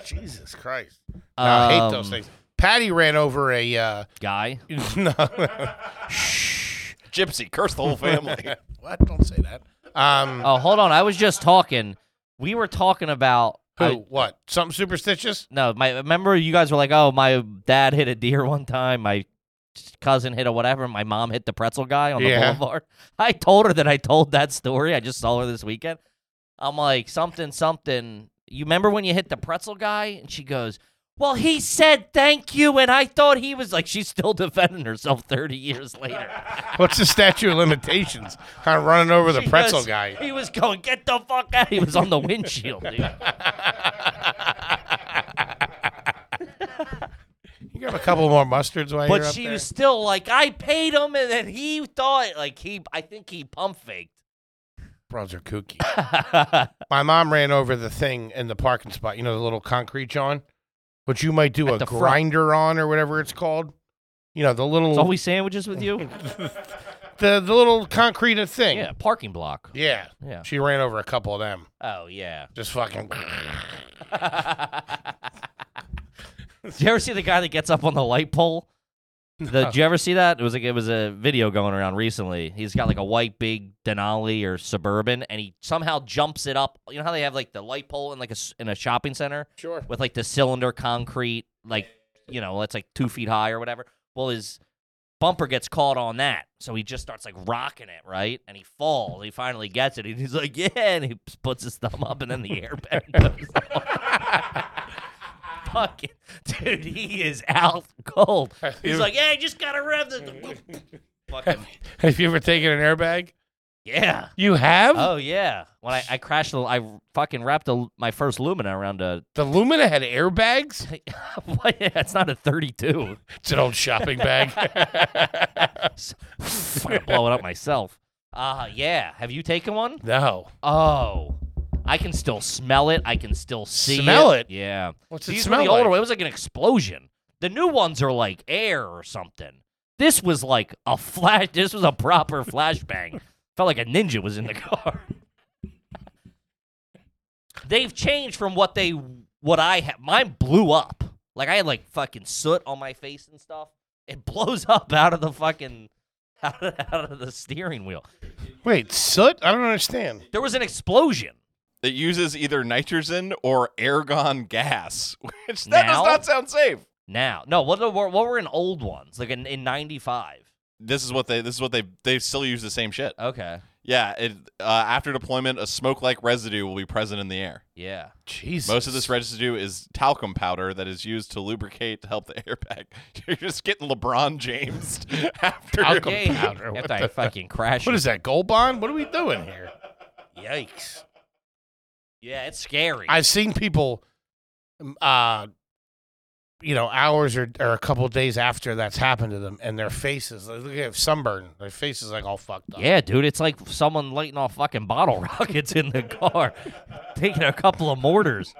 A: Jesus Christ. No, I hate those
B: Um,
A: things. Patty ran over a. Uh,
B: Guy.
C: [LAUGHS]
A: no. [LAUGHS]
D: Gypsy, curse the whole family.
A: [LAUGHS] what? Don't say that. Um,
B: Oh, hold on. I was just talking. We were talking about
A: who?
B: I-
A: what? Something superstitious?
B: no. My remember you guys were like, oh, my dad hit a deer one time. My cousin hit a whatever. My mom hit the pretzel guy on the
A: Yeah.
B: boulevard. [LAUGHS] I told her that I told that story. I just saw her this weekend. I'm like something something. You remember when you hit the pretzel guy? And she goes. Well, he said thank you, and I thought he was like she's still [LAUGHS] defending herself thirty years later.
A: What's the statute of limitations on running over the
B: He
A: pretzel
B: was-
A: guy?
B: He was going, get the fuck out. He was on the windshield, dude.
A: You got a couple more mustards while
B: But
A: you're up
B: she
A: there?
B: was still like, I paid him, and then he thought, like, he, I think he pump faked.
A: Bros are [LAUGHS] kooky. My mom ran over the thing in the parking spot. You know the little concrete John, which you might do
B: At
A: a
B: the front.
A: grinder on or whatever it's called. You know the little
B: It's always sandwiches with [LAUGHS] you?
A: the, the little concrete thing.
B: yeah, parking block.
A: Yeah.
B: Yeah.
A: She ran over a couple of them.
B: Oh,
A: [LAUGHS]
B: yeah.
A: Just fucking. [CLEARS THROAT]
B: Do you ever see the guy that gets up on the light pole The, did you ever see that? It was like it was a video going around recently. He's got like a white big Denali or Suburban, and he somehow jumps it up. You know how they have like the light pole in like a s- in a shopping center
A: Sure.
B: with like the cylinder concrete, like you know, that's like two feet high or whatever. Well, his bumper gets caught on that, so he just starts like rocking it, right? And he falls. He finally gets it, and he's like, "Yeah!" And he just puts his thumb up, and then the airbag goes off. Fucking dude, he is out cold. He's like, "Yeah, I just gotta rev the." Fucking,
A: Have you ever taken an airbag?
B: yeah.
A: You have?
D: Uh,
B: Oh yeah. When I, I crashed, the, I fucking wrapped a, my first Lumina around a. [LAUGHS]
A: the Lumina had airbags?
B: What? yeah, it's not a thirty-two. [LAUGHS]
A: It's an old
D: [LAUGHS]
A: shopping bag.
B: I'm gonna blow it up myself. Uh yeah. Have you taken one?
A: no.
B: Oh. I can still smell it. I can still see
A: Smell
B: it.
A: it?
B: Yeah.
A: What's it
B: These were
A: smell
B: the
A: like?
B: older one. It was like an explosion. The new ones are like air or something. This was like a flash [LAUGHS] this was a proper flashbang. Felt like a ninja was in the [LAUGHS] car. They've changed from what they what I had mine blew up. Like I had like fucking soot on my face and stuff. It [LAUGHS] blows up out of the fucking out of, out of the steering wheel.
A: Wait, soot? I don't understand.
B: There was an explosion.
D: It uses either nitrogen or argon gas, [LAUGHS] which that
B: Now?
D: does not sound safe.
B: Now, no, what, what, what were in old ones? Like in, in 95.
D: This is what they. This is what they. They still use the same shit.
B: Okay.
D: Yeah. It, uh, after deployment, a smoke-like residue will be present in the air.
B: Yeah.
A: Jesus.
D: Most of this residue is talcum powder that is used to lubricate to help the [LAUGHS] airbag. You're just getting LeBron James [LAUGHS] after
A: Talcum
B: Okay.
A: powder, what
B: After I
A: the- [LAUGHS]
B: fucking crashed.
A: What is that, Gold Bond? What are we doing here?
B: Yikes. Yeah, it's scary.
A: I've seen people, um, uh, you know, hours or, or a couple of days after that's happened to them, and their faces, like, look at sunburn. Their faces like all fucked up.
B: yeah, dude, it's like someone lighting off fucking bottle [LAUGHS] rockets in the car, taking a couple of mortars.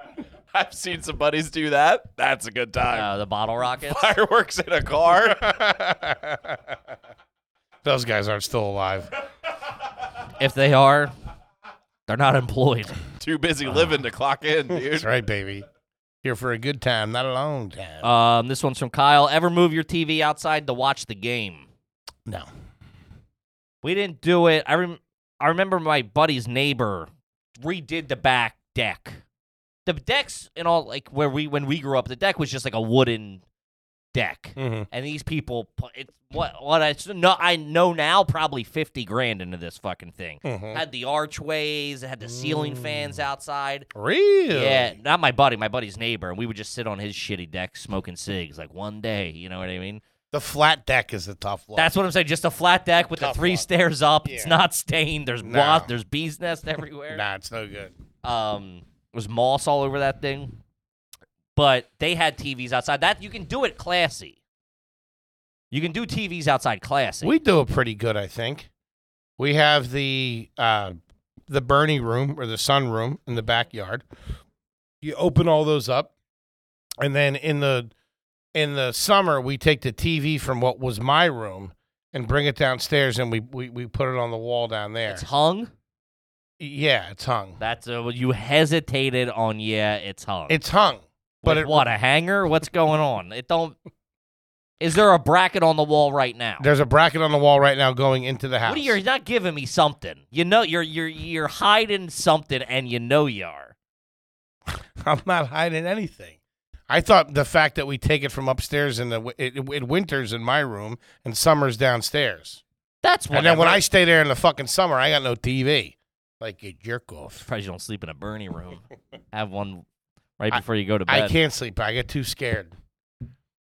D: I've seen some buddies do that. That's a good time.
B: Uh, the bottle rockets.
D: [LAUGHS] Fireworks in a car. [LAUGHS]
A: [LAUGHS] Those guys aren't still alive.
B: If they are, they're not employed.
D: Too busy living to
B: [LAUGHS]
D: clock in, dude.
A: That's right, baby. Here for a good time, not a long time.
B: Um, this one's from Kyle. Ever move your TV outside to watch the game?
A: no.
B: We didn't do it. I rem- I remember my buddy's neighbor redid the back deck. The decks and all like where we when we grew up, the deck was just like a wooden deck.
A: Mm-hmm.
B: And these people, pu- it's what what I s- no I know now probably fifty grand into this fucking thing.
A: Mm. Mm-hmm.
B: Had the archways, it had the ceiling fans outside.
A: Really?
B: Yeah, not my buddy, my buddy's neighbor, and we would just sit on his shitty deck smoking cigs. Like one day, you know what I mean?
A: The flat deck is the tough one.
B: That's what I'm saying. Just a flat deck with
A: Tough
B: the three
A: luck.
B: stairs up. It's
A: Yeah.
B: not stained. There's
A: No.
B: wasp. There's bees nest
A: [LAUGHS]
B: everywhere.
A: nah, it's no good.
B: Um, there's moss all over that thing. But they had TVs outside. That you can do it classy. You can do TVs outside classy.
A: We do it pretty good, I think. We have the uh, the Bernie room or the sun room in the backyard. You open all those up, and then in the in the summer we take the TV from what was my room and bring it downstairs, and we we, we put it on the wall down there.
B: it's hung.
A: yeah, it's hung.
B: That's uh you hesitated on. Yeah, it's hung.
A: It's hung, but
B: With
A: it,
B: what a hanger. What's going on? It don't. Is there a bracket on the wall right now?
A: there's a bracket on the wall right now going into the house.
B: What are you? You're not giving me something. You know, you're you're you're hiding something, and you know you are.
A: [LAUGHS] I'm not hiding anything. I thought the fact that we take it from upstairs and the wi- it, it, it winters in my room and summers downstairs.
B: That's what.
A: And then when I
B: meant.
A: stay there in the fucking summer, I got no TV. Like you jerk
B: [LAUGHS]
A: off.
B: surprised you don't sleep in a
A: [LAUGHS]
B: Bernie room. Have one right
A: I-
B: before you go to bed.
A: I can't sleep. I get too scared.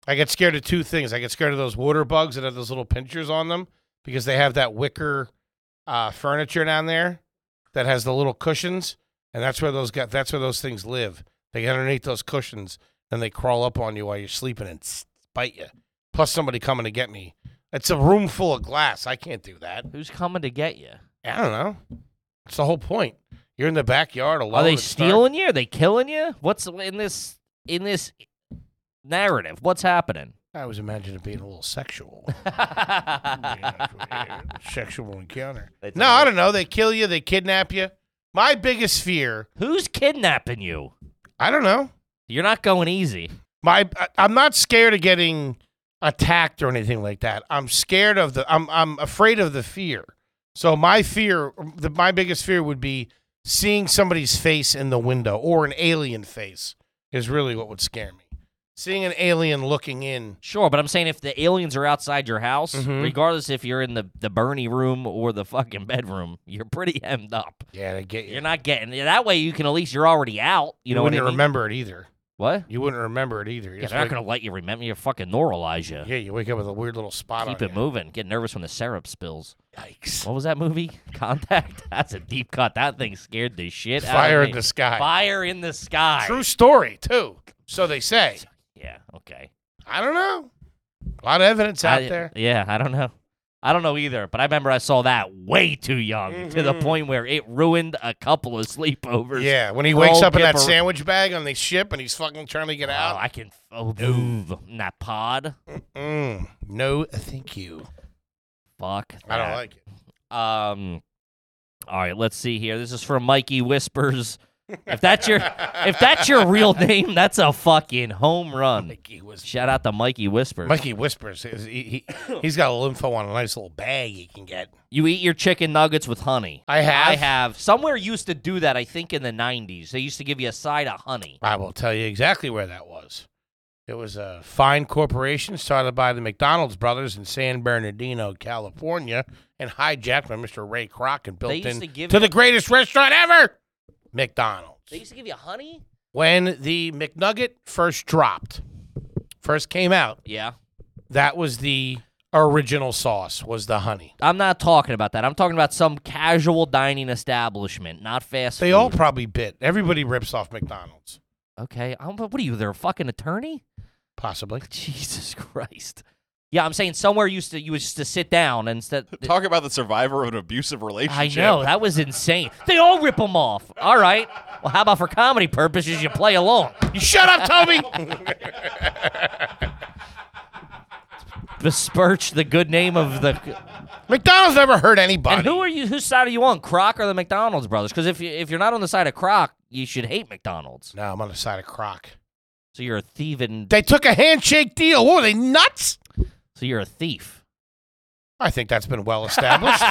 A: I get scared of two things. I get scared of those water bugs that have those little pinchers on them because they have that wicker uh, furniture down there that has the little cushions, and that's where those got. That's where those things live. They get underneath those cushions, then they crawl up on you while you're sleeping and s- bite you. Plus somebody coming to get me. It's a room full of glass. I can't do that.
B: Who's coming to get you?
A: I don't know. It's the whole point. You're in the backyard alone.
B: Are they
A: it's dark.
B: stealing you? Are they killing you? What's in this in this narrative?
A: [LAUGHS]
B: What's happening? [LAUGHS]
A: I was imagining it being a little sexual. sexual encounter.
B: That's
A: No,
B: all.
A: I don't know. They kill you. They kidnap you. My biggest fear.
B: Who's kidnapping you?
A: I don't know.
B: You're not going easy.
A: My I, I'm not scared of getting attacked or anything like that. I'm scared of the. I'm I'm afraid of the fear. So my fear, the, my biggest fear would be seeing somebody's face in the window or an alien face is really what would scare me. Seeing an alien looking in.
B: Sure, but I'm saying if the aliens are outside your house,
A: Mhm.
B: regardless if you're in the, the Bernie room or the fucking bedroom, you're pretty hemmed up.
A: Yeah, they get you.
B: You're not getting that way. You can at least you're already out. You, know what I
A: wouldn't
B: mean?
A: remember it either.
B: what?
A: You wouldn't remember it either.
B: Yeah,
A: It's
B: they're not
A: like-
B: gonna let you remember. You fucking neuralize you.
A: yeah, you wake up with a weird little spot
B: Keep
A: on
B: it
A: you.
B: moving. Get nervous when the syrup spills.
A: Yikes.
B: What was that movie? [LAUGHS] Contact. That's a deep cut. That thing scared the shit out of
A: Fire in
B: me.
A: the sky.
B: Fire in the sky.
A: True story, too. So they say.
B: Yeah. Okay.
A: I don't know. A lot of evidence out
B: I-
A: there.
B: Yeah, I don't know. I don't know either, but I remember I saw that way too young to the
A: Mhm.
B: point where it ruined a couple of sleepovers.
A: Yeah, when he wakes
B: Roll
A: up in that
B: Gipper.
A: sandwich bag on the ship and he's fucking trying to get
B: Oh,
A: out.
B: I can. Oh, move in that pod.
A: Mm, no, thank you.
B: Fuck.
A: I don't
B: that.
A: like it.
B: Um. All right, let's see here. This is from Mikey Whispers. If that's your if that's
A: [LAUGHS]
B: your real name, that's a fucking home run.
A: Mikey was
B: Shout out to Mikey Whispers.
A: Mikey whispers. He, he, he's got a little info on a nice little bag he can get.
B: You eat your chicken nuggets with honey.
A: I have.
B: I have. Somewhere used to do that. I think in the '90s, they used to give you a side of honey.
A: I will tell you exactly where that was. It was a fine corporation started by the McDonald's brothers in San Bernardino, California, and hijacked by Mr. Ray Kroc and built
B: They used
A: in
B: to
A: to,
B: give you-
A: the greatest restaurant ever, McDonald's.
B: They used to give you honey.
A: When the McNugget first dropped, first came out,
B: Yeah.
A: that was the original sauce was the honey.
B: I'm not talking about that. I'm talking about some casual dining establishment, not fast
A: They
B: food.
A: all probably bit. Everybody rips off McDonald's,
B: okay. I'm, what are you? Their fucking attorney? [LAUGHS]
A: possibly.
B: Jesus Christ. Yeah, I'm saying somewhere used to you used to sit down
A: [LAUGHS]
B: and instead.
D: Talk about the survivor of an abusive
B: I
D: relationship.
B: know that was insane. They all rip them off. All right. Well, how about for comedy purposes, you play along.
A: You shut up, Toby.
B: [LAUGHS] Besmirch the good name of the.
A: McDonald's never hurt anybody.
B: And who are you? Whose side are you on, Croc or the McDonald's brothers? Because if you, if you're not on the side of Croc, you should hate McDonald's.
A: No, I'm on the side of Croc.
B: So you're a thieving.
A: They took a handshake deal. What were they nuts?
B: So you're a thief.
A: I think that's been well established.
B: [LAUGHS]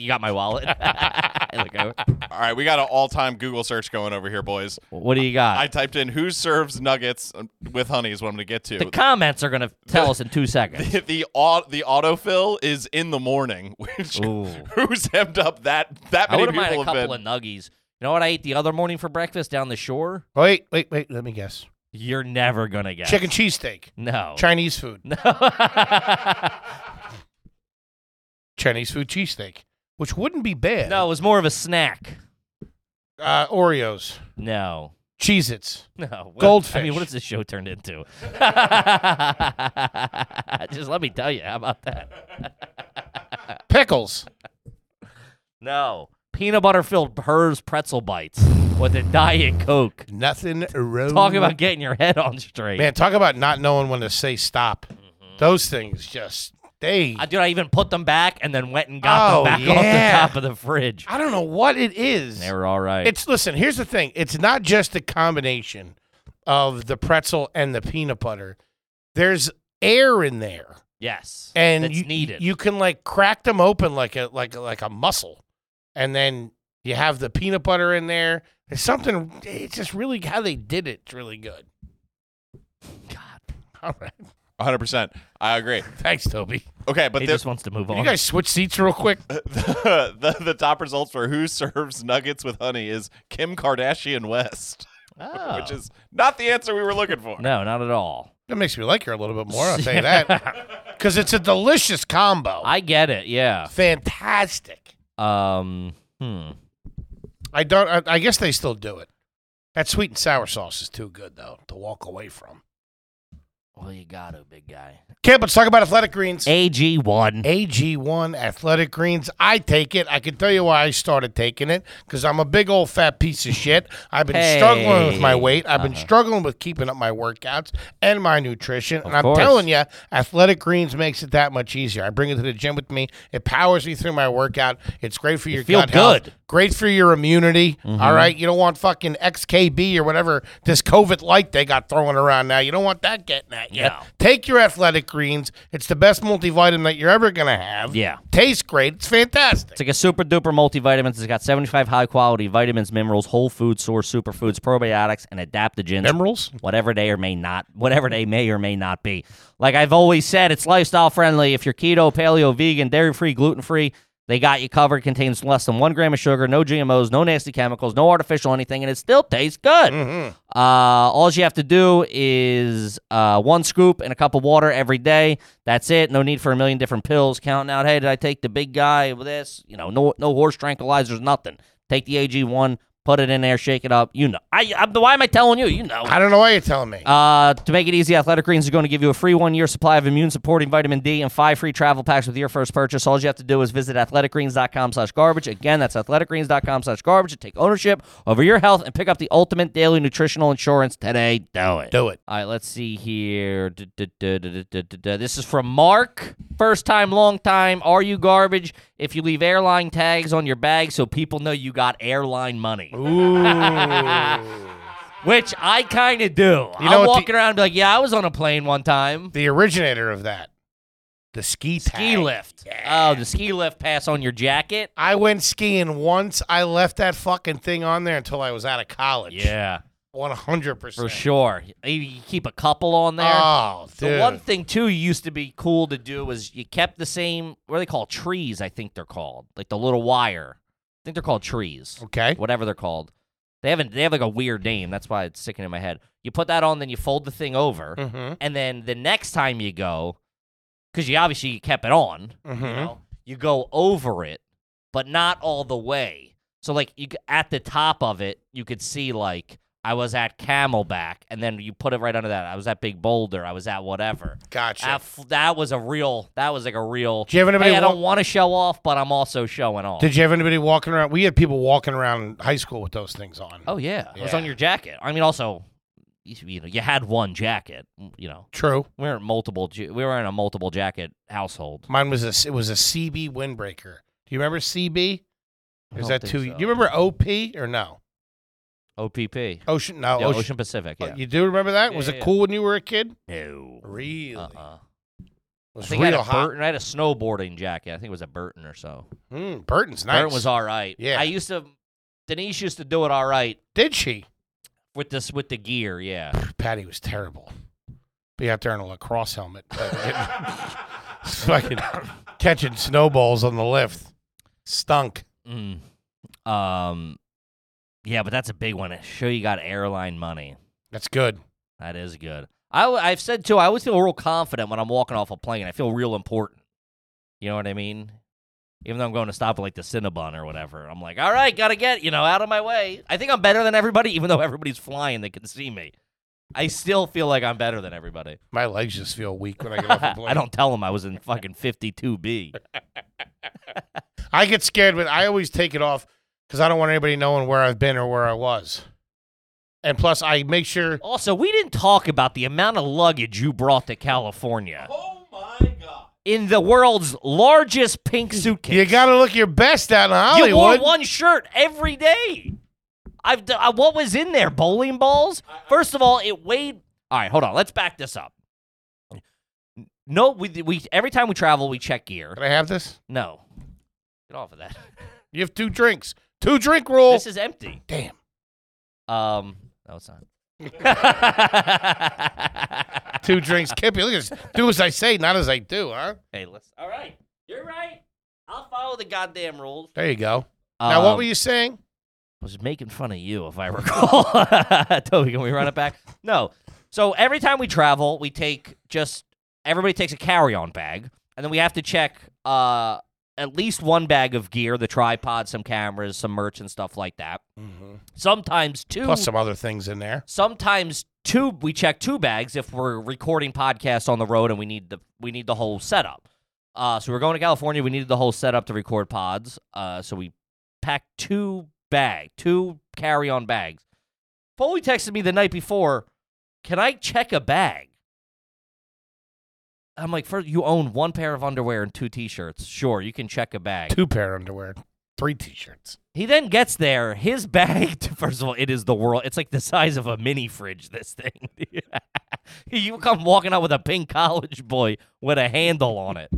B: you got my wallet. [LAUGHS] Look over.
D: All right, we got an all-time Google search going over here, boys.
B: what do you got?
D: I typed in who serves nuggets with honey is what I'm going to get to.
B: the comments are gonna tell us in two seconds.
D: [LAUGHS] The, the au- the autofill is in the morning, [LAUGHS] which
B: Ooh.
D: who's hemmed up that that
B: I
D: many
B: would have
D: people
B: mind a
D: have been.
B: couple of nuggies. You know what I ate the other morning for breakfast down the shore?
A: wait, wait, wait. Let me guess.
B: You're never gonna guess.
A: Chicken cheesesteak.
B: No.
A: Chinese food.
B: [LAUGHS] no.
A: Chinese food cheesesteak, which wouldn't be bad.
B: no, it was more of a snack.
A: Uh, Oreos.
B: No.
A: Cheez Its.
B: No. What- I
A: Goldfish.
B: mean, what has this show turned into? [LAUGHS] Just let me tell you. How about that?
A: Pickles.
B: No. Peanut butter filled Hers pretzel bites with a Diet Coke.
A: Nothing wrong.
B: Talk about getting your head on straight.
A: Man, talk about not knowing when to say stop. Those things just, they.
B: Mm-hmm. I, dude, I even put them back and then went and got
A: Oh,
B: them back
A: yeah.
B: off the top of the fridge.
A: I don't know what it is.
B: They were all right.
A: It's listen. Here's the thing. It's not just the combination of the pretzel and the peanut butter. There's air in there,
B: yes.
A: and
B: it's
A: you,
B: needed.
A: You can like crack them open like a like like a muscle, and then you have the peanut butter in there. There's something. It's just really how they did it. It's really good.
B: God,
A: [LAUGHS] All right.
D: 100%. I agree.
A: Thanks, Toby.
D: Okay, but
B: he
D: the,
B: just wants to move
A: Can
B: on.
A: you guys switch seats real quick?
D: the, [LAUGHS] the the top results for who serves nuggets with honey is Kim Kardashian West,
A: [LAUGHS]
B: Oh.
D: which is not the answer we were looking
B: [LAUGHS]
D: for.
B: no, not at all.
A: That makes me like her a little bit more. I'll tell you
B: [LAUGHS]
A: that because it's a delicious combo.
B: I get it. Yeah.
A: Fantastic.
B: Um. Hmm.
A: I don't. I, I guess they still do it. That sweet and sour sauce is too good though to walk away from.
B: Well, you got to, big guy.
A: Kip, let's talk about athletic greens.
B: AG one.
A: AG1 athletic greens. I take it. I can tell you why I started taking it because I'm a big old fat piece of shit. I've been struggling with my
B: Hey. Uh-huh.
A: weight. I've been struggling with keeping up my workouts and my nutrition. and I'm
B: course.
A: telling you, athletic greens makes it that much easier. I bring it to the gym with me. It powers me through my workout. It's great for your
B: feel
A: gut health.
B: good.
A: Great for your immunity.
B: Mm-hmm.
A: All right. You don't want fucking XKB or whatever this COVID light they got throwing around now. You don't want that getting at you.
B: No.
A: Take your athletic greens. It's the best multivitamin that you're ever going to have.
B: Yeah.
A: Tastes great. It's fantastic.
B: It's like a super duper multivitamins. It's got 75 high quality vitamins, minerals, whole food source, superfoods, probiotics, and adaptogens.
A: Emeralds?
B: Whatever they or may not, whatever they may or may not be. Like I've always said, it's lifestyle friendly. If you're keto, paleo, vegan, dairy free, gluten free, they got you covered. Contains less than one gram of sugar, no GMOs, no nasty chemicals, no artificial anything, and it still tastes good. Uh, all you have to do is uh, one scoop and a cup of water every day. That's it. No need for a million different pills. Counting out, hey, did I take the big guy with this? You know, no no horse tranquilizers, nothing. Take the AG one, put it in there, shake it up. You know, I, I why am I telling you? You know.
A: I don't know why you're telling me.
B: Uh, to make it easy, Athletic Greens is going to give you a free one-year supply of immune-supporting vitamin D and five free travel packs with your first purchase. All you have to do is visit athleticgreens.com slash garbage. Again, that's athleticgreens.com slash garbage to take ownership over your health and pick up the ultimate daily nutritional insurance today. Do it.
A: Do it.
B: All right, let's see here. Du- du- du- du- du- du- du- du. This is from Mark. First time, long time. Are you garbage if you leave airline tags on your bag so people know you got airline money? Which I kind of do.
A: know what
B: I'm
A: the-
B: walking around and be like, yeah, I was on a plane one time.
A: [LAUGHS] The originator of that, the ski
B: Ski
A: tag.
B: lift. Oh, the ski lift pass on your jacket.
A: I went skiing once. I left that fucking thing on there until I was out of college.
B: Yeah,
A: 100%.
B: for sure. You- You keep a couple on there.
A: Oh, dude.
B: The one thing too used to be cool to do was you kept the same what do they call trees, I think they're called. Like the little wire. I think they're called trees.
A: okay.
B: Whatever they're called. They haven't they have like a weird name, that's why it's sticking in my head. You put that on, then you fold the thing over,
A: Mm-hmm.
B: and then the next time you go, because you obviously you kept it on,
A: Mm-hmm.
B: you know, you go over it, but not all the way. So like you c- at the top of it, you could see like I was at Camelback, and then you put it right under that. I was at Big Boulder. I was at whatever.
A: Gotcha.
B: That, f- that was a real. That was like a real.
A: Did you have anybody
B: Hey, I
A: wa-
B: don't want to show off, but I'm also showing off.
A: Did you have anybody walking around? We had people walking around in high school with those things on.
B: oh yeah, it was on
A: Yeah.
B: your jacket. I mean, also, you, you know, you had one jacket. You know,
A: True.
B: we weren't multiple. ja- We were in a multiple jacket household.
A: Mine was a it was a CB windbreaker. Do you remember CB?
B: I
A: Is
B: don't
A: that
B: think
A: too?
B: so.
A: Do you remember OP or no?
B: OPP? Yeah,
A: Ocean? No.
B: Ocean,
A: Ocean.
B: Pacific.
A: Oh,
B: Yeah.
A: You do remember that?
B: Yeah,
A: was
B: yeah,
A: it
B: yeah.
A: cool when you were a kid?
B: no.
A: Really?
B: Uh-uh.
A: It
B: I
A: was
B: think I
A: real
B: had a
A: hot.
B: Burton. I had a snowboarding jacket. I think it was a Burton or so.
A: Mm, Burton's nice.
B: Burton was all right.
A: Yeah.
B: I used to. Denise used to do it all right
A: Did she?
B: with this with the gear. Yeah.
A: Patty was terrible. Be out there in a lacrosse helmet, uh, [LAUGHS] fucking catching snowballs on the lift. Stunk.
B: Mm. Um. Yeah, but that's a big one. Show you got airline money.
A: That's good.
B: That is good. I, al- I've said too. I always feel real confident when I'm walking off a plane. I feel real important. You know what I mean? Even though I'm going to stop at like the Cinnabon or whatever, I'm like, all right, gotta get you know out of my way. I think I'm better than everybody, even though everybody's flying. They can see me. I still feel like I'm better than everybody.
A: My legs just feel weak when I
B: [LAUGHS]
A: get off a plane.
B: I don't tell them I was in fucking 52B.
A: I get scared when I always take it off because I don't want anybody knowing where I've been or where I was. And plus, I make sure
B: Also, we didn't talk about the amount of luggage you brought to California
D: Oh my god.
B: in the world's largest pink suitcase.
A: you got to look your best out in
B: You wore
A: Hollywood.
B: one shirt every day. I've d- I, what was in there? Bowling balls. First of all, it weighed. All right, hold on. Let's back this up. No, we we every time we travel, we check gear.
A: Can I have this?
B: No, get off of that. [LAUGHS]
A: You have two drinks. Two drink rule.
B: This is empty.
A: Oh. Damn.
B: Um, no, it's
A: [LAUGHS]
B: not.
A: Two drinks. Kippy, look at this. Do as I say, not as I do, huh?
B: [LAUGHS] hey, let's. All right, you're right. I'll follow the goddamn rules.
A: There you go. Now, what
B: Um,
A: were you saying?
B: I was making fun of you, if I [LAUGHS] recall. Toby, can we run it back? No. So every time we travel, we take just everybody takes a carry-on bag, and then we have to check uh, at least one bag of gear: the tripod, some cameras, some merch, and stuff like that.
A: Mm-hmm.
B: Sometimes two.
A: Plus some other things in there.
B: sometimes two. We check two bags if we're recording podcasts on the road, and we need the we need the whole setup. Uh, so we're going to California. We needed the whole setup to record pods. Uh, so we packed two bag, two carry on bags. Foley texted me the night before, "Can I check a bag?" I'm like, "First, you own one pair of underwear and two t-shirts. Sure, you can check a bag."
A: Two pair underwear. three T-shirts.
B: He then gets there. His bag, [LAUGHS] first of all, it is the world. It's like the size of a mini fridge, this thing. [LAUGHS] you come walking out with a pink college boy with a handle on it.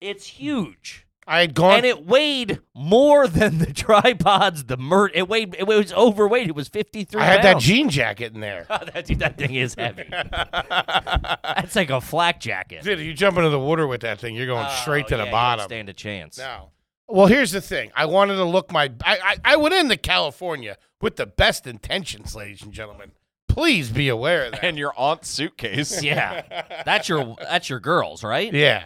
B: It's huge.
A: I had gone.
B: And it weighed more than the tripods, the mert. It weighed, it was overweight. It was 53
A: I had that
B: pounds.
A: jean jacket in there.
B: [LAUGHS] that, dude, that thing is
A: [LAUGHS]
B: heavy. That's like a flak jacket.
A: Dude, you jump into the water with that thing, you're going straight
B: Oh,
A: to
B: yeah,
A: the
B: you don't
A: bottom.
B: Stand a chance.
A: No. Well, here's the thing. I wanted to look my. I, I, I went into California with the best intentions, ladies and gentlemen. Please be aware of
B: [LAUGHS]
A: that.
D: and your aunt's suitcase.
B: Yeah, that's your that's your girls, right?
A: yeah.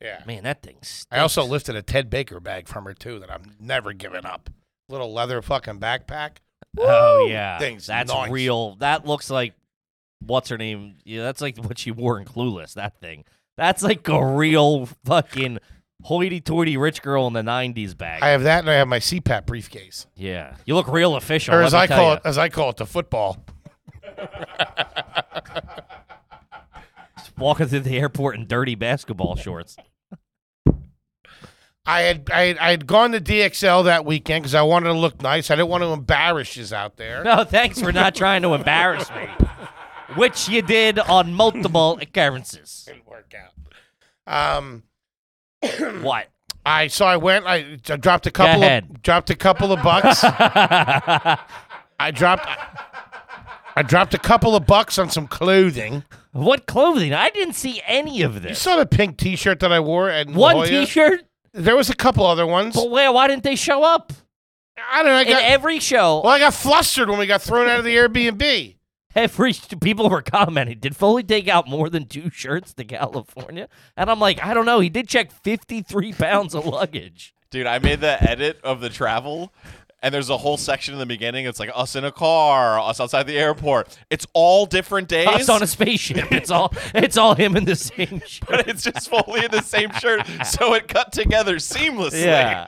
A: Yeah.
B: Man, that thing. Stinks.
A: I also lifted a Ted Baker bag from her, too, that I'm never giving up. Little leather fucking backpack.
B: Oh
A: Woo!
B: yeah,
A: Thing's
B: that's
A: nice.
B: real. That looks like what's her name? Yeah, that's like what she wore in Clueless. That thing. That's like a real fucking hoity-toity rich girl in the '90s bag.
A: I have that and I have my CPAP briefcase.
B: yeah, you look real official.
A: or
B: let
A: as
B: me
A: I
B: tell
A: call
B: ya.
A: it, as I call it, the football.
B: walking through the airport in dirty basketball shorts.
A: I had I had, I had gone to DXL that weekend because I wanted to look nice. I didn't want to embarrass you out there.
B: No, thanks for not trying to embarrass me, which you did on
A: [LAUGHS]
B: multiple occurrences.
A: Didn't work out. Um,
B: What?
A: I so I went. I, I dropped a couple. Of,
B: ahead.
A: dropped a couple of
B: [LAUGHS]
A: bucks. I dropped. I dropped a couple of bucks on some clothing.
B: What clothing? I didn't see any of
A: You
B: this.
A: saw the pink T-shirt that I wore at La
B: One
A: Jolla?
B: T-shirt.
A: There was a couple other ones.
B: But wait, why didn't they show up?
A: I don't know. I
B: In
A: got,
B: every show,
A: well, I got flustered when we got thrown out of the Airbnb.
B: every people were commenting, did Foley take out more than two shirts to California? And I'm like, I don't know. He did check 53 pounds of luggage.
D: Dude, I made the edit of the travel, and there's a whole section in the beginning. It's like us in a car, us outside the airport. It's all different days.
B: Us on a spaceship. It's
A: [LAUGHS]
B: all it's all him in the same shirt.
D: [LAUGHS] but it's just fully in the same
B: [LAUGHS]
D: shirt, so it cut together seamlessly.
B: Yeah.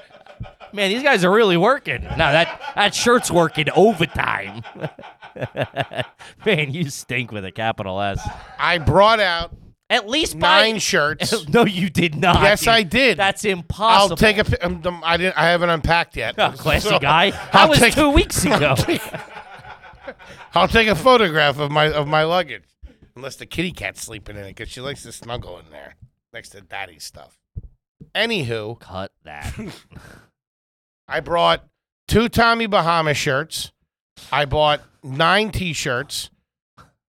B: Man, these guys are really working. Now that that shirt's working overtime. [LAUGHS] Man, you stink with a capital S.
A: I brought out
B: At least by-
A: nine shirts.
B: [LAUGHS] No, you did not.
A: Yes, I did.
B: That's impossible.
A: I'll take a. pi- Um, um, I didn't. I haven't unpacked yet.
B: Oh,
A: [LAUGHS]
B: classy
A: So,
B: guy.
A: I'll
B: That was
A: take-
B: two
A: [LAUGHS]
B: weeks ago.
A: I'll take a photograph of my of my luggage, unless the kitty cat's sleeping in it because she likes to snuggle in there next to daddy's stuff. Anywho,
B: Cut
A: [LAUGHS]
B: that.
A: I brought two Tommy Bahama shirts. I bought nine T-shirts,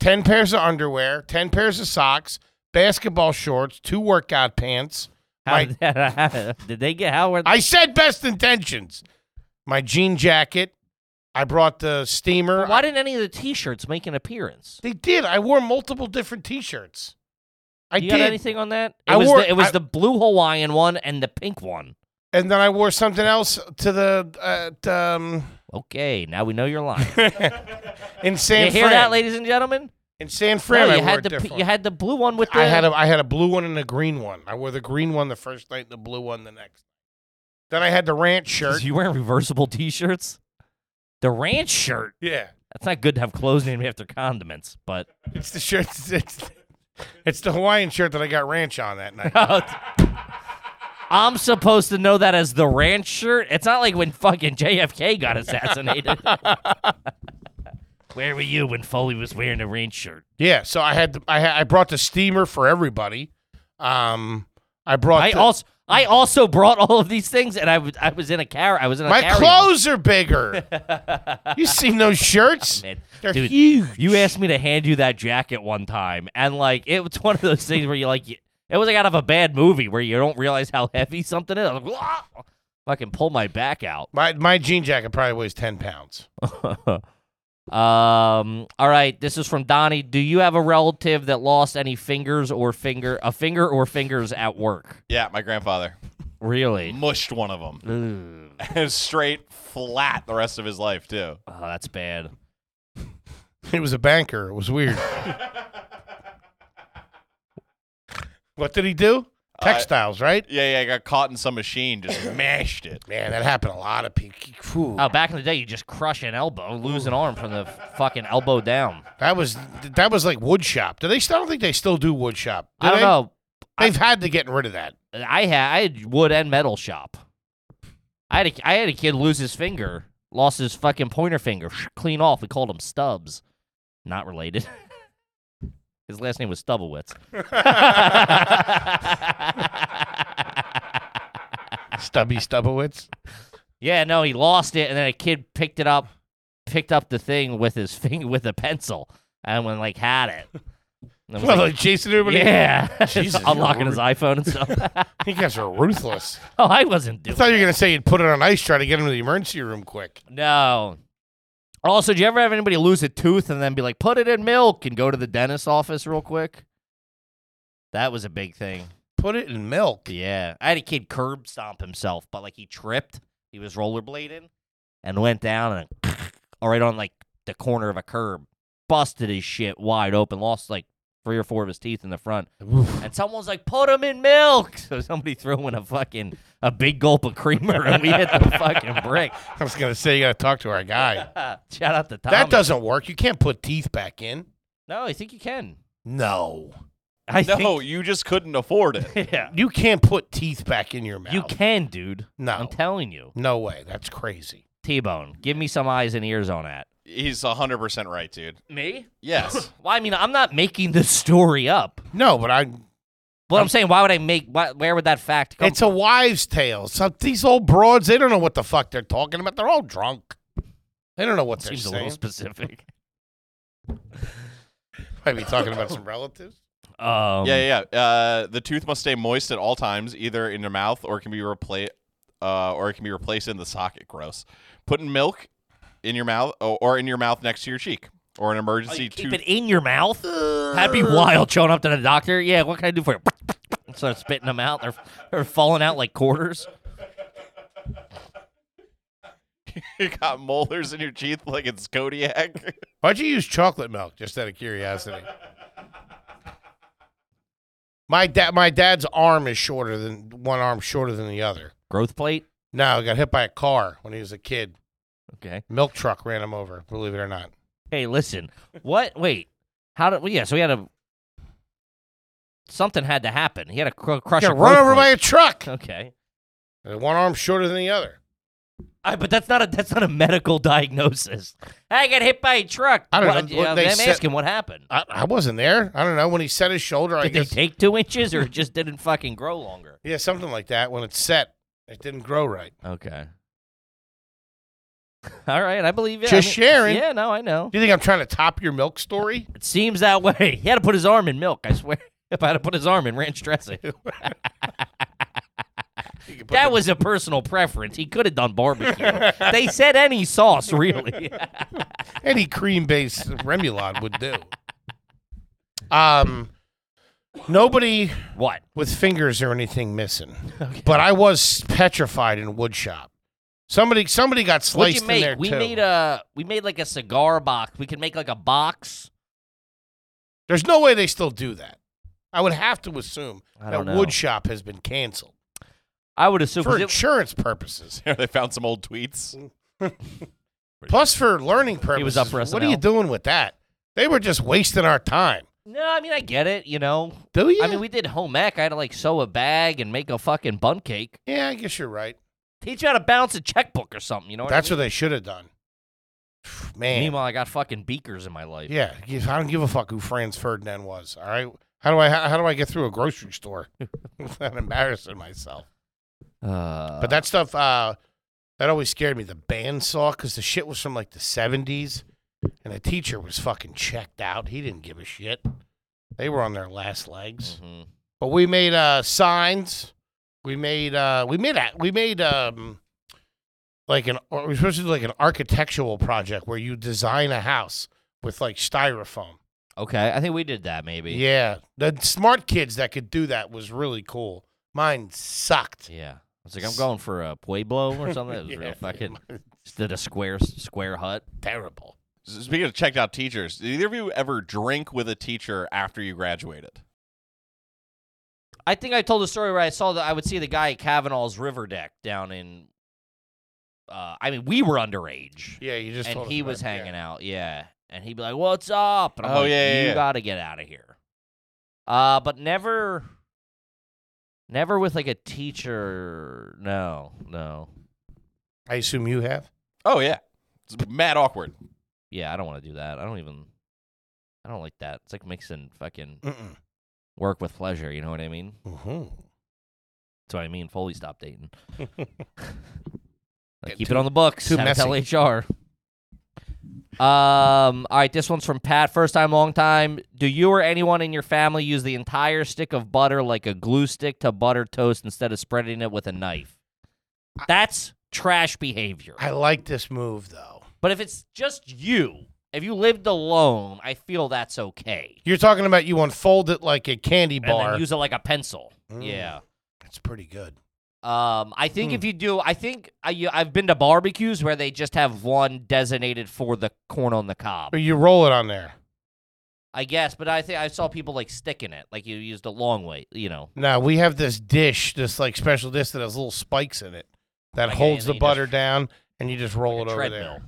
A: ten pairs of underwear, ten pairs of socks, basketball shorts, two workout pants.
B: How
A: My,
B: did, that did they get how were
A: I said best intentions. My jean jacket. I brought the steamer.
B: why didn't any of the t-shirts make an appearance?
A: They did. I wore multiple different T-shirts. I
B: you
A: did,
B: got anything on that? It
A: I
B: was
A: wore-
B: the, it was
A: I-
B: the blue Hawaiian one and the pink one.
A: and then I wore something else to the uh, t- um,
B: Okay, now we know
A: [LAUGHS]
B: you're lying.
A: in
B: you
A: San
B: hear
A: Fran.
B: that, ladies and gentlemen?
A: In San
B: No,
A: Fran, I
B: you
A: wore
B: had
A: a
B: the p-
A: different.
B: you had the blue one with the
A: I had
B: [LAUGHS]
A: a I had a blue one and a green one. I wore the green one the first night, and the blue one the next. Then I had the ranch shirt.
B: You wearing reversible t-shirts? The ranch shirt.
A: yeah,
B: That's not good to have clothes named after condiments, but
A: it's the shirt. It's, it's the Hawaiian shirt that I got ranch on that
B: [LAUGHS]
A: night.
B: I'm supposed to know that as the ranch shirt. It's not like when fucking JFK got assassinated. [LAUGHS] Where were you when Foley was wearing a ranch shirt?
A: yeah, so I had the, I had, I brought the steamer for everybody. Um, I brought
B: I
A: the-
B: also I also brought all of these things, and I was I was in a car. I was in a
A: my
B: carry-on.
A: clothes are bigger.
B: [LAUGHS]
A: you seen those shirts?
B: Oh, Man,
A: They're
B: dude,
A: huge.
B: You asked me to hand you that jacket one time, and like it was one of those things where you like you, it was like out of a bad movie where you don't realize how heavy something is. [LAUGHS] I was like, "Wah!" fucking pull my back out.
A: My my jean jacket probably weighs ten pounds. [LAUGHS]
B: um. All right. This is from Donnie. Do you have a relative that lost any fingers or finger a finger or fingers at work?
D: Yeah, my grandfather
B: Really?
D: mushed one of them.
B: Ooh.
D: [LAUGHS] And it was straight flat the rest of his life, too.
B: Oh, that's bad.
A: He was a banker. It was weird. what did he do? Textiles, right?
D: Yeah, yeah, I got caught in some machine, just
B: [LAUGHS]
D: mashed it.
A: Man, that happened to a lot of people. Phew.
B: Oh, back in the day, you just crush an elbow, lose an arm from the fucking elbow down.
A: That was that was like wood shop. Do they still? I don't think they still do wood shop. Do
B: I don't
A: they?
B: know.
A: They've had to get rid of that.
B: I had I had wood and metal shop. I had a, I had a kid lose his finger, lost his fucking pointer finger, clean off. We called him Stubbs, not related. [LAUGHS] his last name was [LAUGHS] Stubblewitz.
A: Stubby Stubbowitz.
B: yeah, no, he lost it, and then a kid picked it up, picked up the thing with his [LAUGHS] finger with a pencil, and went like had it. And I
A: [LAUGHS]
B: was
A: Well, [LAUGHS]
B: like,
A: like Jason Newman.
B: yeah, [LAUGHS]
A: Jesus, you're
B: unlocking his iPhone
A: [LAUGHS]
B: and stuff. [LAUGHS]
A: You guys are ruthless.
B: oh, I wasn't
A: I
B: doing.
A: thought you were going to say you'd put it on ice, try to get him to the emergency room quick.
B: No. Also, do you ever have anybody lose a tooth and then be like, put it in milk and go to the dentist's office real quick? That was a big thing.
A: Put it in milk.
B: Yeah. I had a kid curb stomp himself, but like he tripped. He was rollerblading and went down and [LAUGHS] right on like the corner of a curb. Busted his shit wide open, lost like three or four of his teeth in the front. And someone's like, put him in milk. [LAUGHS] So somebody threw in a fucking a big gulp of creamer and we hit the fucking brick.
A: I was going to say you got to talk to our guy.
B: Shout out to Tommy.
A: That doesn't work. You can't put teeth back in.
B: No, I think you can.
A: No.
B: I
D: No,
B: think
D: you just couldn't afford it.
B: [LAUGHS] yeah.
A: You can't put teeth back in your mouth.
B: You can, dude. I'm
A: No.
B: telling you.
A: No way. That's crazy.
B: T-Bone, give me some eyes and ears on that.
D: He's 100% right, dude.
B: Me?
D: Yes.
B: [COUGHS] Well, I mean, I'm not making this story up.
A: No, but I.
B: But I'm, saying, why would I make? Why, where would that fact come?
A: It's a wives' tale. Some these old broads, they don't know what the fuck they're talking about. They're all drunk. They don't know what they're
B: seems a
A: saying.
B: little specific.
A: [LAUGHS]
B: [LAUGHS]
A: Might be talking about some relatives.
B: [LAUGHS] Um,
D: yeah, yeah. yeah. Uh, the tooth must stay moist at all times, either in your mouth or can be replaced, uh, or it can be replaced in the socket. Gross. Put in milk in your mouth, or, or in your mouth next to your cheek, or an
B: Oh,
D: emergency
B: you keep
D: tooth.
B: it in your mouth.
D: Uh.
B: That'd be wild. Showing up to the doctor. Yeah, what can I do for you? [LAUGHS] Start spitting them out. They're, they're falling out like quarters.
D: [LAUGHS] you got molars in your teeth like it's Kodiak. [LAUGHS]
A: Why'd you use chocolate milk? Just out of curiosity. My dad, my dad's arm is shorter than one arm shorter than the other.
B: Growth plate.
A: No, he got hit by a car when he was a kid.
B: Okay.
A: Milk truck ran him over. Believe it or not.
B: Hey, listen. What? Wait. How did? Well, yeah. So we had a something had to happen. He had a cr- crush.
A: Got
B: a
A: run
B: growth
A: over by
B: plate.
A: a truck.
B: Okay.
A: And One arm shorter than the other.
B: I, but that's not a that's not a medical [LAUGHS] diagnosis. I got hit by a truck.
A: I don't
B: What-
A: know. What
B: yeah,
A: they
B: I'm
A: said-
B: asking what happened.
A: [LAUGHS] I, I wasn't there. I don't know when he set his shoulder. I
B: Did they
A: guess
B: take two inches or it just didn't fucking grow
A: [LAUGHS]
B: longer?
A: yeah, something like that. When it's set, it didn't grow right.
B: Okay. [LAUGHS] All right, I believe it.
A: Just sharing.
B: Yeah, no, I know.
A: Do you think I'm trying to top your milk story?
B: It seems that way. [LAUGHS] He had to put his arm in milk. I swear. [LAUGHS] If I had to put his arm in ranch
A: [LAUGHS]
B: dressing,
A: You can put
B: that
A: the-
B: was a personal preference. He could have done barbecue.
A: [LAUGHS]
B: they said any sauce, really.
A: any cream based Remulon would do. Um, nobody
B: what?
A: with fingers or anything missing,
B: Okay.
A: but I was petrified in wood shop. Somebody, somebody got sliced
B: What'd you
A: in
B: make?
A: there
B: we
A: too.
B: made a we made like a cigar box. We could make like a box.
A: There's no way they still do that. I would have to assume
B: I
A: that
B: don't know.
A: wood shop has been canceled
B: I would assume
A: for
B: was it-
A: insurance purposes.
D: they found some old tweets.
A: Plus, for learning purposes,
B: He was up for
A: what are you
B: SNL.
A: doing with that? They were just wasting our time.
B: No, I mean I get it, you know.
A: Do you?
B: I mean we did home ec. I had to like sew a bag and make a fucking bun cake.
A: yeah, I guess you're right.
B: Teach you how to balance a checkbook or something, you know what
A: That's
B: I
A: what they should have done. [SIGHS] Man.
B: mean? Meanwhile, I got fucking beakers in my life.
A: Yeah, give- I don't give a fuck who Franz Ferdinand was. All right, how do I how, how do I get through a grocery store [LAUGHS] without embarrassing myself?
B: Uh,
A: But that stuff uh, that always scared me. The bandsaw because the shit was from like the seventies, and the teacher was fucking checked out. He didn't give a shit. They were on their last legs.
B: Mhm.
A: But we made uh, signs. We made uh, we made a- we made um, like an or we were supposed to do like an architectural project where you design a house with like styrofoam.
B: Okay, I think we did that maybe.
A: Yeah, the smart kids that could do that was really cool. Mine sucked.
B: Yeah. I was like, I'm going for a pueblo or something. It
A: [LAUGHS]
B: was
A: Yeah,
B: real fucking. Just did a square square hut.
A: terrible.
D: S- Speaking of checked out teachers, did either of you ever drink with a teacher after you graduated?
B: I think I told the story where I saw that I would see the guy at Kavanaugh's River Deck down in. Uh, I mean, we were underage.
A: Yeah, you just
B: and he was hanging out, yeah. And he'd be like, "What's up?" And I'm
D: Oh,
B: like,
D: yeah, yeah,
B: "You
D: yeah.
B: got to get out of here." Uh, but never, Never with like a teacher. No, no.
A: I assume you have.
D: Oh yeah, it's mad awkward.
B: Yeah, I don't want to do that. I don't even. I don't like that. It's like mixing fucking
A: Mm-mm.
B: work with pleasure. You know what I mean?
A: Mm-hmm.
B: That's what I mean. Fully stop
A: [LAUGHS]
B: dating. Like,
A: Get
B: keep it
A: too-
B: on the books.
A: too
B: Have to tell HR. Um. All right. This one's from Pat. First time, long time. Do you or anyone in your family use the entire stick of butter like a glue stick to butter toast instead of spreading it with a knife? That's trash behavior.
A: I like this move though.
B: But if it's just you, if you lived alone, I feel that's okay.
A: You're talking about you unfold it like a candy
B: And
A: bar.
B: then use it like a pencil.
A: Mm.
B: Yeah.
A: That's pretty good.
B: Um, I think
A: Hmm.
B: if you do, I think I, you- I've been to barbecues where they just have one designated for the corn on the cob.
A: But you roll it on there.
B: I guess, but I think I saw people like sticking it, like you used a long way, you know.
A: Now we have this dish, this like special dish that has little spikes in it that
B: Like,
A: holds
B: and
A: the
B: you
A: butter
B: just-
A: down, and you just roll
B: like
A: it
B: a
A: over
B: treadmill.
A: there.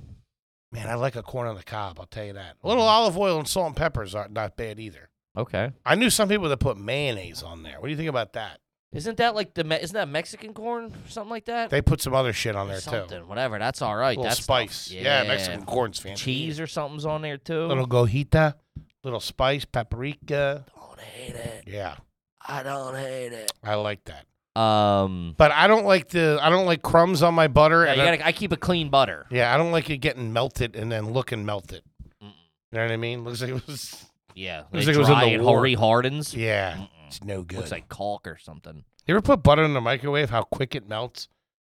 A: Man, I like a corn on the cob. I'll tell you that. A little olive oil and salt and peppers aren't not bad either.
B: Okay.
A: I knew some people that put mayonnaise on there. What do you think about that?
B: Isn't that like the me- isn't that Mexican corn or something like that?
A: They put some other shit on
B: Or
A: there
B: something,
A: too.
B: whatever. That's all right.
A: little
B: That's
A: spice. Yeah. Mexican corn's fancy.
B: cheese or something's on there too.
A: Little gojita, little spice, paprika.
B: don't hate it.
A: Yeah,
B: I don't hate it.
A: I like that.
B: Um,
A: But I don't like the I don't like crumbs on my butter.
B: yeah,
A: and
B: you
A: I-
B: gotta, I keep a clean butter.
A: yeah, I don't like it getting melted and then looking melted.
B: Mm-mm.
A: You know what I mean? Looks like it was.
B: Yeah,
A: Looks
B: they
A: like it was in
B: dry
A: the
B: and
A: war.
B: rehardens.
A: Yeah,
B: Mm-mm.
A: it's no good.
B: Looks like caulk or something.
A: you ever put butter in the microwave? How quick it melts?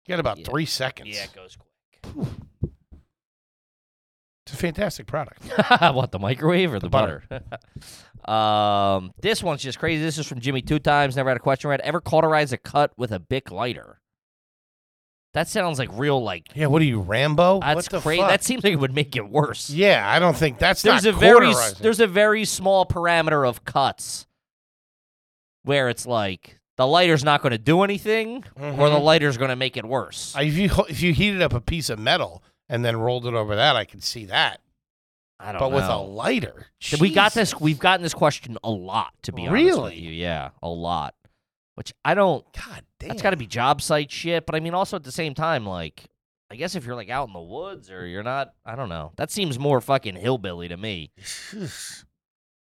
A: You got about
B: Yeah.
A: three seconds.
B: Yeah, it goes quick.
A: It's a fantastic product.
B: [LAUGHS] what the microwave or the, butter? [LAUGHS] um, this one's just crazy. This is from Jimmy two times. Never had a question read. Ever cauterize a cut with a Bic lighter? That sounds like real. Like
A: Yeah, what are you, Rambo?
B: that's
A: what the
B: crazy.
A: fuck?
B: That seems like it would make it worse.
A: yeah, I don't think that's
B: there's a
A: not
B: very s-
A: cauterizing.
B: there's a very small parameter of cuts where it's like the lighter's not going to do anything, or the
A: Mhm.
B: lighter's going to make it worse.
A: I- Uh, If you if you heated up a piece of metal and then rolled it over that, I could see that.
B: I don't
A: But with a
B: know.
A: lighter,
B: Oh, Th- We got
A: Jesus.
B: this. We've gotten this question a lot, to be honest with
A: Really?
B: you. Yeah, a lot. Which I don't.
A: God damn,
B: That's got to be job site shit. But I mean, also at the same time, like, I guess if you're like out in the woods or you're not, I don't know. That seems more fucking hillbilly to me.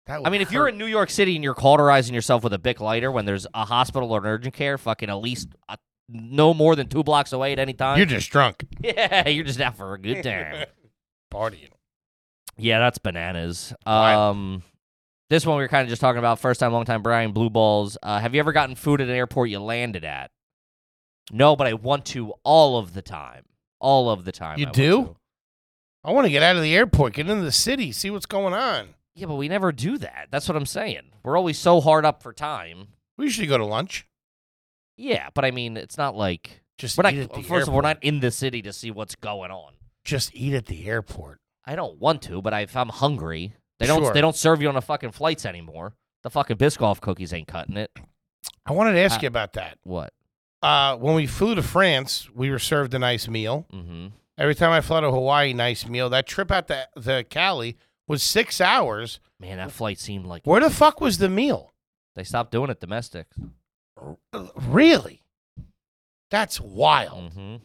A: That would
B: I mean, if you're
A: hurt.
B: in New York City and you're cauterizing yourself with a Bic lighter when there's a hospital or an urgent care, fucking at least uh, no more than two blocks away at any time.
A: you're just drunk,
B: [LAUGHS] yeah, you're just out for a good time.
A: partying.
B: Yeah, that's bananas.
A: Wild.
B: Um, this one we were kind of just talking about first time, long time. Brian Blue Balls. Uh, have you ever gotten food at an airport you landed at? No, but I want to all of the time. All of the time.
A: You
B: I want
A: do?
B: to.
A: I want to get out of the airport, get into the city, see what's going on.
B: Yeah, but we never do that. That's what I'm saying. We're always so hard up for time.
A: We usually go to lunch.
B: Yeah, but I mean, it's not like
A: Just
B: we're not.
A: eat at the
B: First
A: airport.
B: of all, we're not in the city to see what's going on.
A: Just eat at the airport.
B: I don't want to, but I, if I'm hungry, they don't.
A: Sure.
B: They don't serve you on the fucking flights anymore. The fucking Biscoff cookies ain't cutting it.
A: I wanted to ask
B: Uh,
A: you about that.
B: What?
A: Uh, when we flew to France, we were served a nice meal.
B: Mm-hmm.
A: Every time I flew to Hawaii, nice meal. That trip out to the Cali was six hours.
B: Man, that flight seemed like
A: Where the fuck was the meal?
B: they stopped doing it domestic.
A: Really? That's wild.
B: Mm-hmm.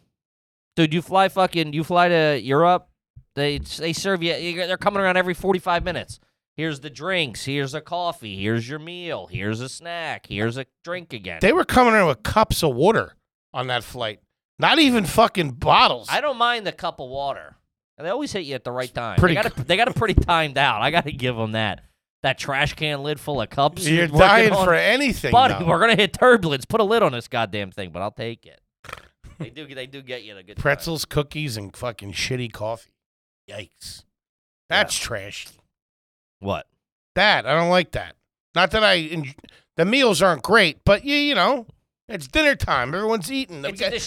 B: Dude, you fly fucking, you fly to Europe. They they serve you. you- They're coming around every forty five minutes. Here's the drinks. Here's a coffee. Here's your meal. Here's a snack. Here's a drink again.
A: They were coming in with cups of water on that flight. Not even fucking bottles.
B: I don't mind the cup of water. And they always hit you at the right time.
A: Pretty [LAUGHS]
B: they got it, they got it pretty timed out. I got to give them that. That trash can lid full of cups.
A: You're
B: working
A: dying
B: on-
A: for anything.
B: buddy.
A: though.
B: We're gonna hit turbulence. Put a lid on this goddamn thing, but I'll take it. They do. They do get you in a good time.
A: pretzels, cookies, and fucking shitty coffee. Yikes. That's trash.
B: What?
A: That I don't like that. Not that I en- the meals aren't great, but you you know it's dinner time. Everyone's eating. We
B: It's
A: got- you got
B: a
A: the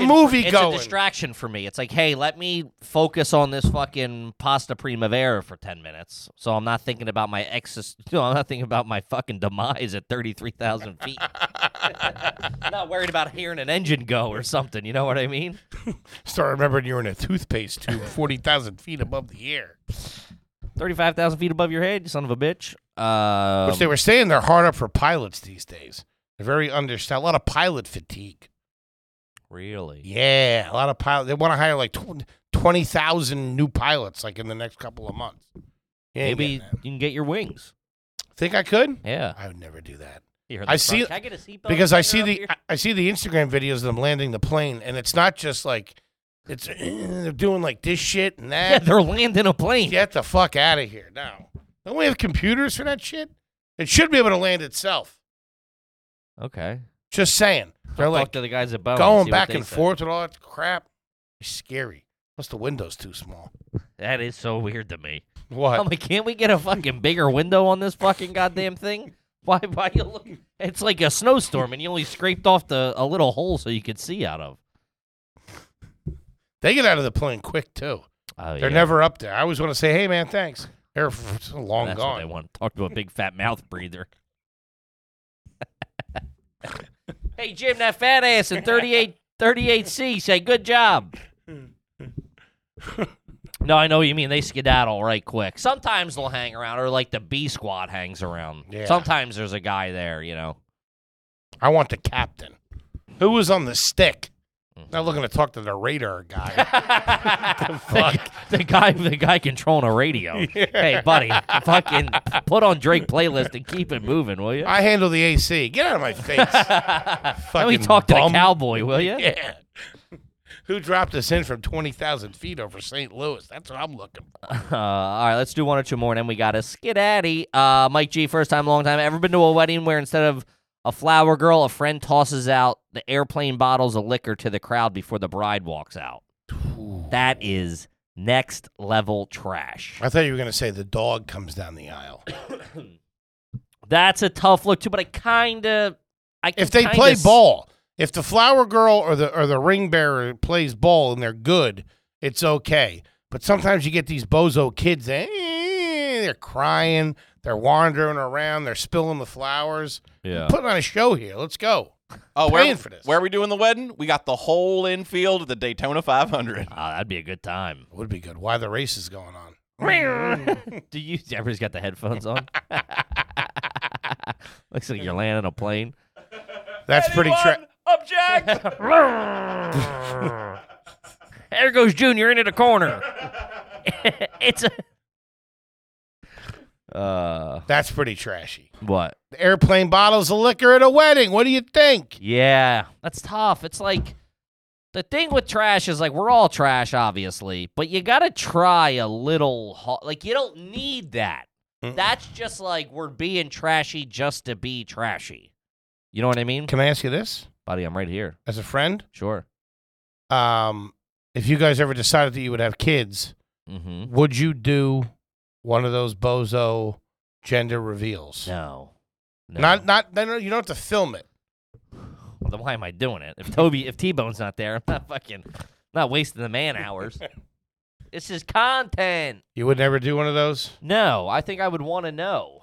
B: distraction-
A: movie
B: it's
A: going.
B: a distraction for me. It's like, hey, let me focus on this fucking pasta primavera for ten minutes, so I'm not thinking about my exes. [LAUGHS] No, I'm not thinking about my fucking demise at thirty three thousand feet. [LAUGHS] I'm not worried about hearing an engine go or something. You know what I mean?
A: Start remembering you're in a toothpaste tube, [LAUGHS] forty thousand feet above the air.
B: Thirty five thousand feet above your head, you son of a bitch. Um,
A: Which they were saying they're hard up for pilots these days. They're very understaffed. A lot of pilot fatigue.
B: Really?
A: Yeah, a lot of pilots. They want to hire like tw- 20,000 new pilots like in the next couple of months. You ain't getting
B: Maybe
A: that.
B: you can get your wings.
A: Think I could?
B: Yeah.
A: I would never do that.
B: Here,
A: I
B: the front-
A: see-
B: Can I get a seatbelt?
A: because I
B: later
A: see
B: up
A: the
B: here? [LAUGHS]
A: I, I see the Instagram videos of them landing the plane, and it's not just like it's eh, they're doing like this shit and
B: Yeah,
A: that.
B: they're landing a
A: [LAUGHS]
B: plane.
A: Get the fuck out of here now! Don't we have computers for that shit? It should be able to land itself.
B: Okay.
A: Just saying, they're
B: Talk
A: like
B: to the guys at Boeing.
A: going
B: see what
A: back
B: they
A: and
B: say.
A: forth with all that crap. It's scary. Plus the window's too
B: [LAUGHS]
A: small.
B: That is so weird to me. I'm
A: What?
B: like, can't we get a fucking bigger window on this fucking goddamn thing? Why? Why you look? It's like a snowstorm, and you only scraped off the a little hole so you could see out of.
A: They get out of the plane quick too.
B: Oh,
A: They're
B: yeah.
A: never up there. I always want to say, "Hey man, thanks." They're [LAUGHS] f- long
B: That's what
A: gone.
B: they want. Talk to a big fat mouth breather. hey Jim, that fat ass in 38 38C say good job. no, I know what you mean they skedaddle right quick. Sometimes they'll hang around, or like the B squad hangs around.
A: Yeah.
B: Sometimes there's a guy there, you know.
A: I want the captain. Who was on the stick?
B: Mm-hmm.
A: Not looking to talk to the radar
B: [LAUGHS]
A: guy.
B: Fuck. the guy the guy controlling a radio.
A: [LAUGHS]
B: Hey buddy, fucking put on Drake playlist and keep it moving, will you?
A: I handle the AC. Get out of my
B: [LAUGHS]
A: face.
B: Let me
A: Fucking
B: talk to
A: bum.
B: the cowboy, will you?
A: yeah. Who dropped us in from 20,000 feet over St. Louis? That's what I'm looking for.
B: Uh, all right, let's do one or two more, and then we got a skidaddy. Uh, Mike G, first time, long time. Ever been to a wedding where instead of a flower girl, a friend tosses out the airplane bottles of liquor to the crowd before the bride walks out? That is next level trash.
A: I thought you were going to say the dog comes down the aisle.
B: That's a tough look too, but I kind of, I can
A: If they
B: kinda
A: play
B: s-
A: ball, if the flower girl or the or the ring bearer plays ball and they're good, it's okay. But sometimes you get these bozo kids, eh, they're crying, they're wandering around, they're spilling the flowers.
B: Yeah.
A: Putting on a show here. Let's go.
D: Oh,
A: paying
D: where,
A: for this.
D: where are we doing the wedding? We got the whole infield at the Daytona 500.
B: Ah, that'd be a good time.
A: Would be good. Why the race is going on?
B: Do you? Everybody's got the headphones on. [LAUGHS] Looks like you're landing a plane.
A: That's pretty tra-
D: Object!
B: There goes Junior into the [LAUGHS] corner. it's a. Uh,
A: That's pretty trashy.
B: what?
A: Airplane bottles of liquor at a wedding. What do you think?
B: Yeah, that's tough. It's like the thing with trash is like we're all trash, obviously, but you gotta try a little. Ho- like you don't need that.
A: Mm-mm.
B: That's just like we're being trashy just to be trashy. You know what I mean,
A: Can I ask you this
B: buddy? I'm right here.
A: as a friend?
B: Sure.
A: Um, if you guys ever decided that you would have kids,
B: Mm-hmm.
A: would you do one of those bozo gender reveals?
B: No. no.
A: Not, not. No, no, you don't have to film it.
B: Well, then why am I doing it? If Toby, if T Bone's not there, I'm not fucking, not wasting the man
A: [LAUGHS]
B: hours. this is content.
A: You would never do one of those.
B: No, I think I would want to know.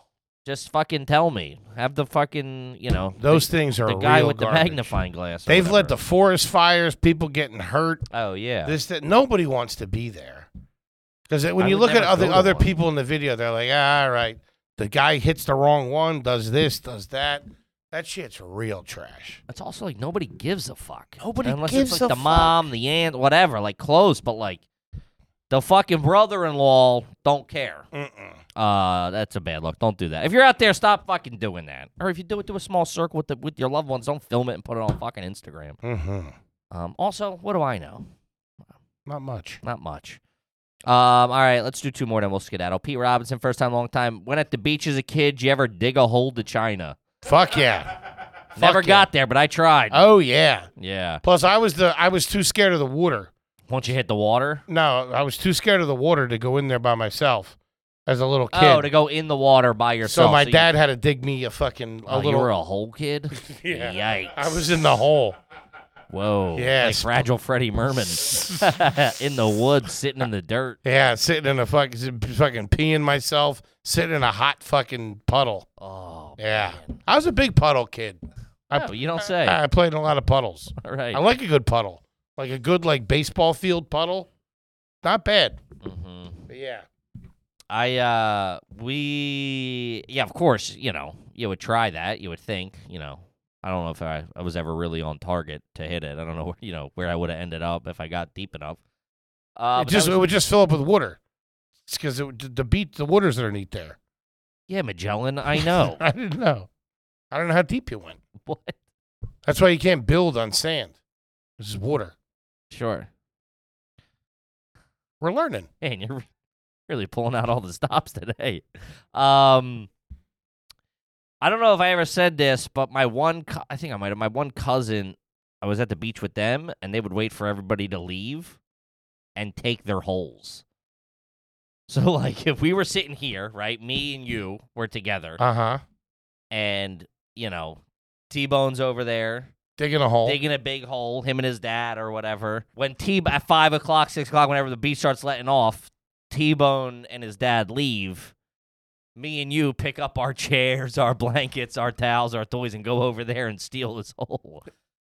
B: Just fucking tell me. Have the fucking, you know,
A: Those
B: the,
A: things are
B: the guy
A: real
B: with
A: garbage.
B: the magnifying glass. or
A: They've led
B: whatever.
A: the forest fires, people getting hurt.
B: Oh yeah.
A: This that nobody wants to be there because when
B: I
A: you
B: would
A: look at
B: never
A: other
B: go to
A: other
B: one.
A: people in the video, they're like, ah, all right, the guy hits the wrong one, does this, does that. That shit's real trash.
B: it's also like nobody gives a fuck.
A: Nobody
B: Unless
A: gives
B: it's
A: a
B: like the mom,
A: fuck.
B: the aunt, whatever, like close, but like the fucking brother-in-law don't care.
A: Mm-mm.
B: Uh, that's a bad look. Don't do that. If you're out there, stop fucking doing that. Or if you do it, do a small circle with the, with your loved ones. Don't film it and put it on fucking Instagram.
A: Mm-hmm.
B: Um, also, what do I know?
A: Not much.
B: Not much. Um, all right, let's do two more, then we'll skedaddle. Pete Robinson, first time, long time. Went at the beach as a kid. You ever dig a hole to China?
A: Fuck yeah. Fuck
B: Never
A: yeah.
B: got there, but I tried.
A: Oh yeah.
B: yeah.
A: Plus, I was the I was too scared of the water.
B: Once you hit the water.
A: No, I was too scared of the water to go in there by myself as a little kid.
B: Oh, to go in the water by yourself.
A: so my
B: you-
A: dad had to dig me a fucking a
B: Oh,
A: little.
B: you were a hole kid.
A: [LAUGHS] Yeah.
B: Yikes.
A: I was in the hole.
B: Whoa. Like
A: Yes.
B: fragile Freddie
A: [LAUGHS]
B: Merman [LAUGHS] in the woods, sitting in the dirt.
A: Yeah, sitting in a fuck, fucking peeing myself, sitting in a hot fucking puddle.
B: Oh,
A: Yeah,
B: man.
A: I was a big puddle kid. I,
B: Yeah, but you don't say.
A: I played in a lot of puddles.
B: All right.
A: I like a good puddle, like a good like baseball field puddle. Not bad.
B: Mhm.
A: But yeah,
B: I uh, we yeah, of course, you know, you would try that. You would think, you know, I don't know if I, I was ever really on target to hit it. I don't know where you know where I would have ended up if I got deep enough. Uh,
A: it
B: but that
A: just
B: was-
A: it would just fill up with water. It's because it, the beat the waters underneath there.
B: yeah, Magellan. I know
A: [LAUGHS] I didn't know. I don't know how deep you went.
B: what.
A: That's why you can't build on sand. This is water.
B: Sure,
A: We're learning.
B: man, you're [LAUGHS] really pulling out all the stops today. Um, I don't know if I ever said this, but my one, co- I think I might have. My one cousin, I was at the beach with them, and they would wait for everybody to leave and take their holes. [LAUGHS] So, like, if we were sitting here, right, me and you were together,
A: Uh huh.
B: and you know, T Bone's over there
A: Digging a hole.
B: digging a big hole, him and his dad or whatever. When T at five o'clock, six o'clock, whenever the beat starts letting off, T Bone and his dad leave. Me and you pick up our chairs, our blankets, our towels, our toys, and go over there and steal this hole.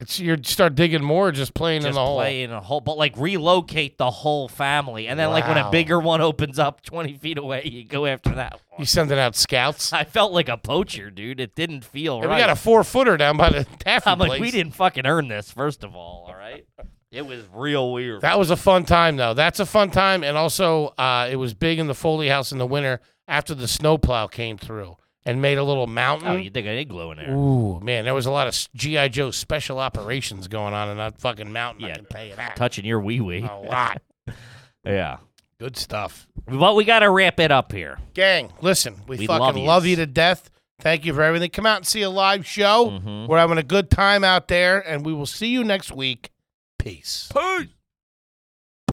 A: It's, you start digging more, or just playing in
B: Just
A: the hole.
B: play in a hole, but like relocate the whole family, and then like when a
A: Wow.
B: bigger one opens up twenty feet away, you go after that one.
A: You sending out
B: [LAUGHS]
A: scouts.
B: I felt like a poacher, dude. It didn't feel
A: Hey,
B: right.
A: We got a four footer down by the [LAUGHS] taffy
B: I'm like,
A: place.
B: we didn't fucking earn this, first of all.
A: [LAUGHS]
B: All right, it was real weird.
A: That was a fun time though. That's a fun time, and also uh, it was big in the Foley house in the winter after the snowplow came through and made a little mountain.
B: Oh, you think an igloo in there?
A: Ooh, man, there was a lot of s- GI Joe special operations going on in that fucking mountain. I
B: Yeah.
A: can tell you that.
B: Touching your wee wee.
A: A lot.
B: [LAUGHS] Yeah.
A: Good stuff.
B: But we got to wrap it up here.
A: Gang, listen, we,
B: We
A: fucking
B: love
A: love,
B: yous.
A: you to death. Thank you for everything. Come out and see a live show.
B: Mhm.
A: We're having a good time out there, and we will see you next week. Peace.
B: Peace.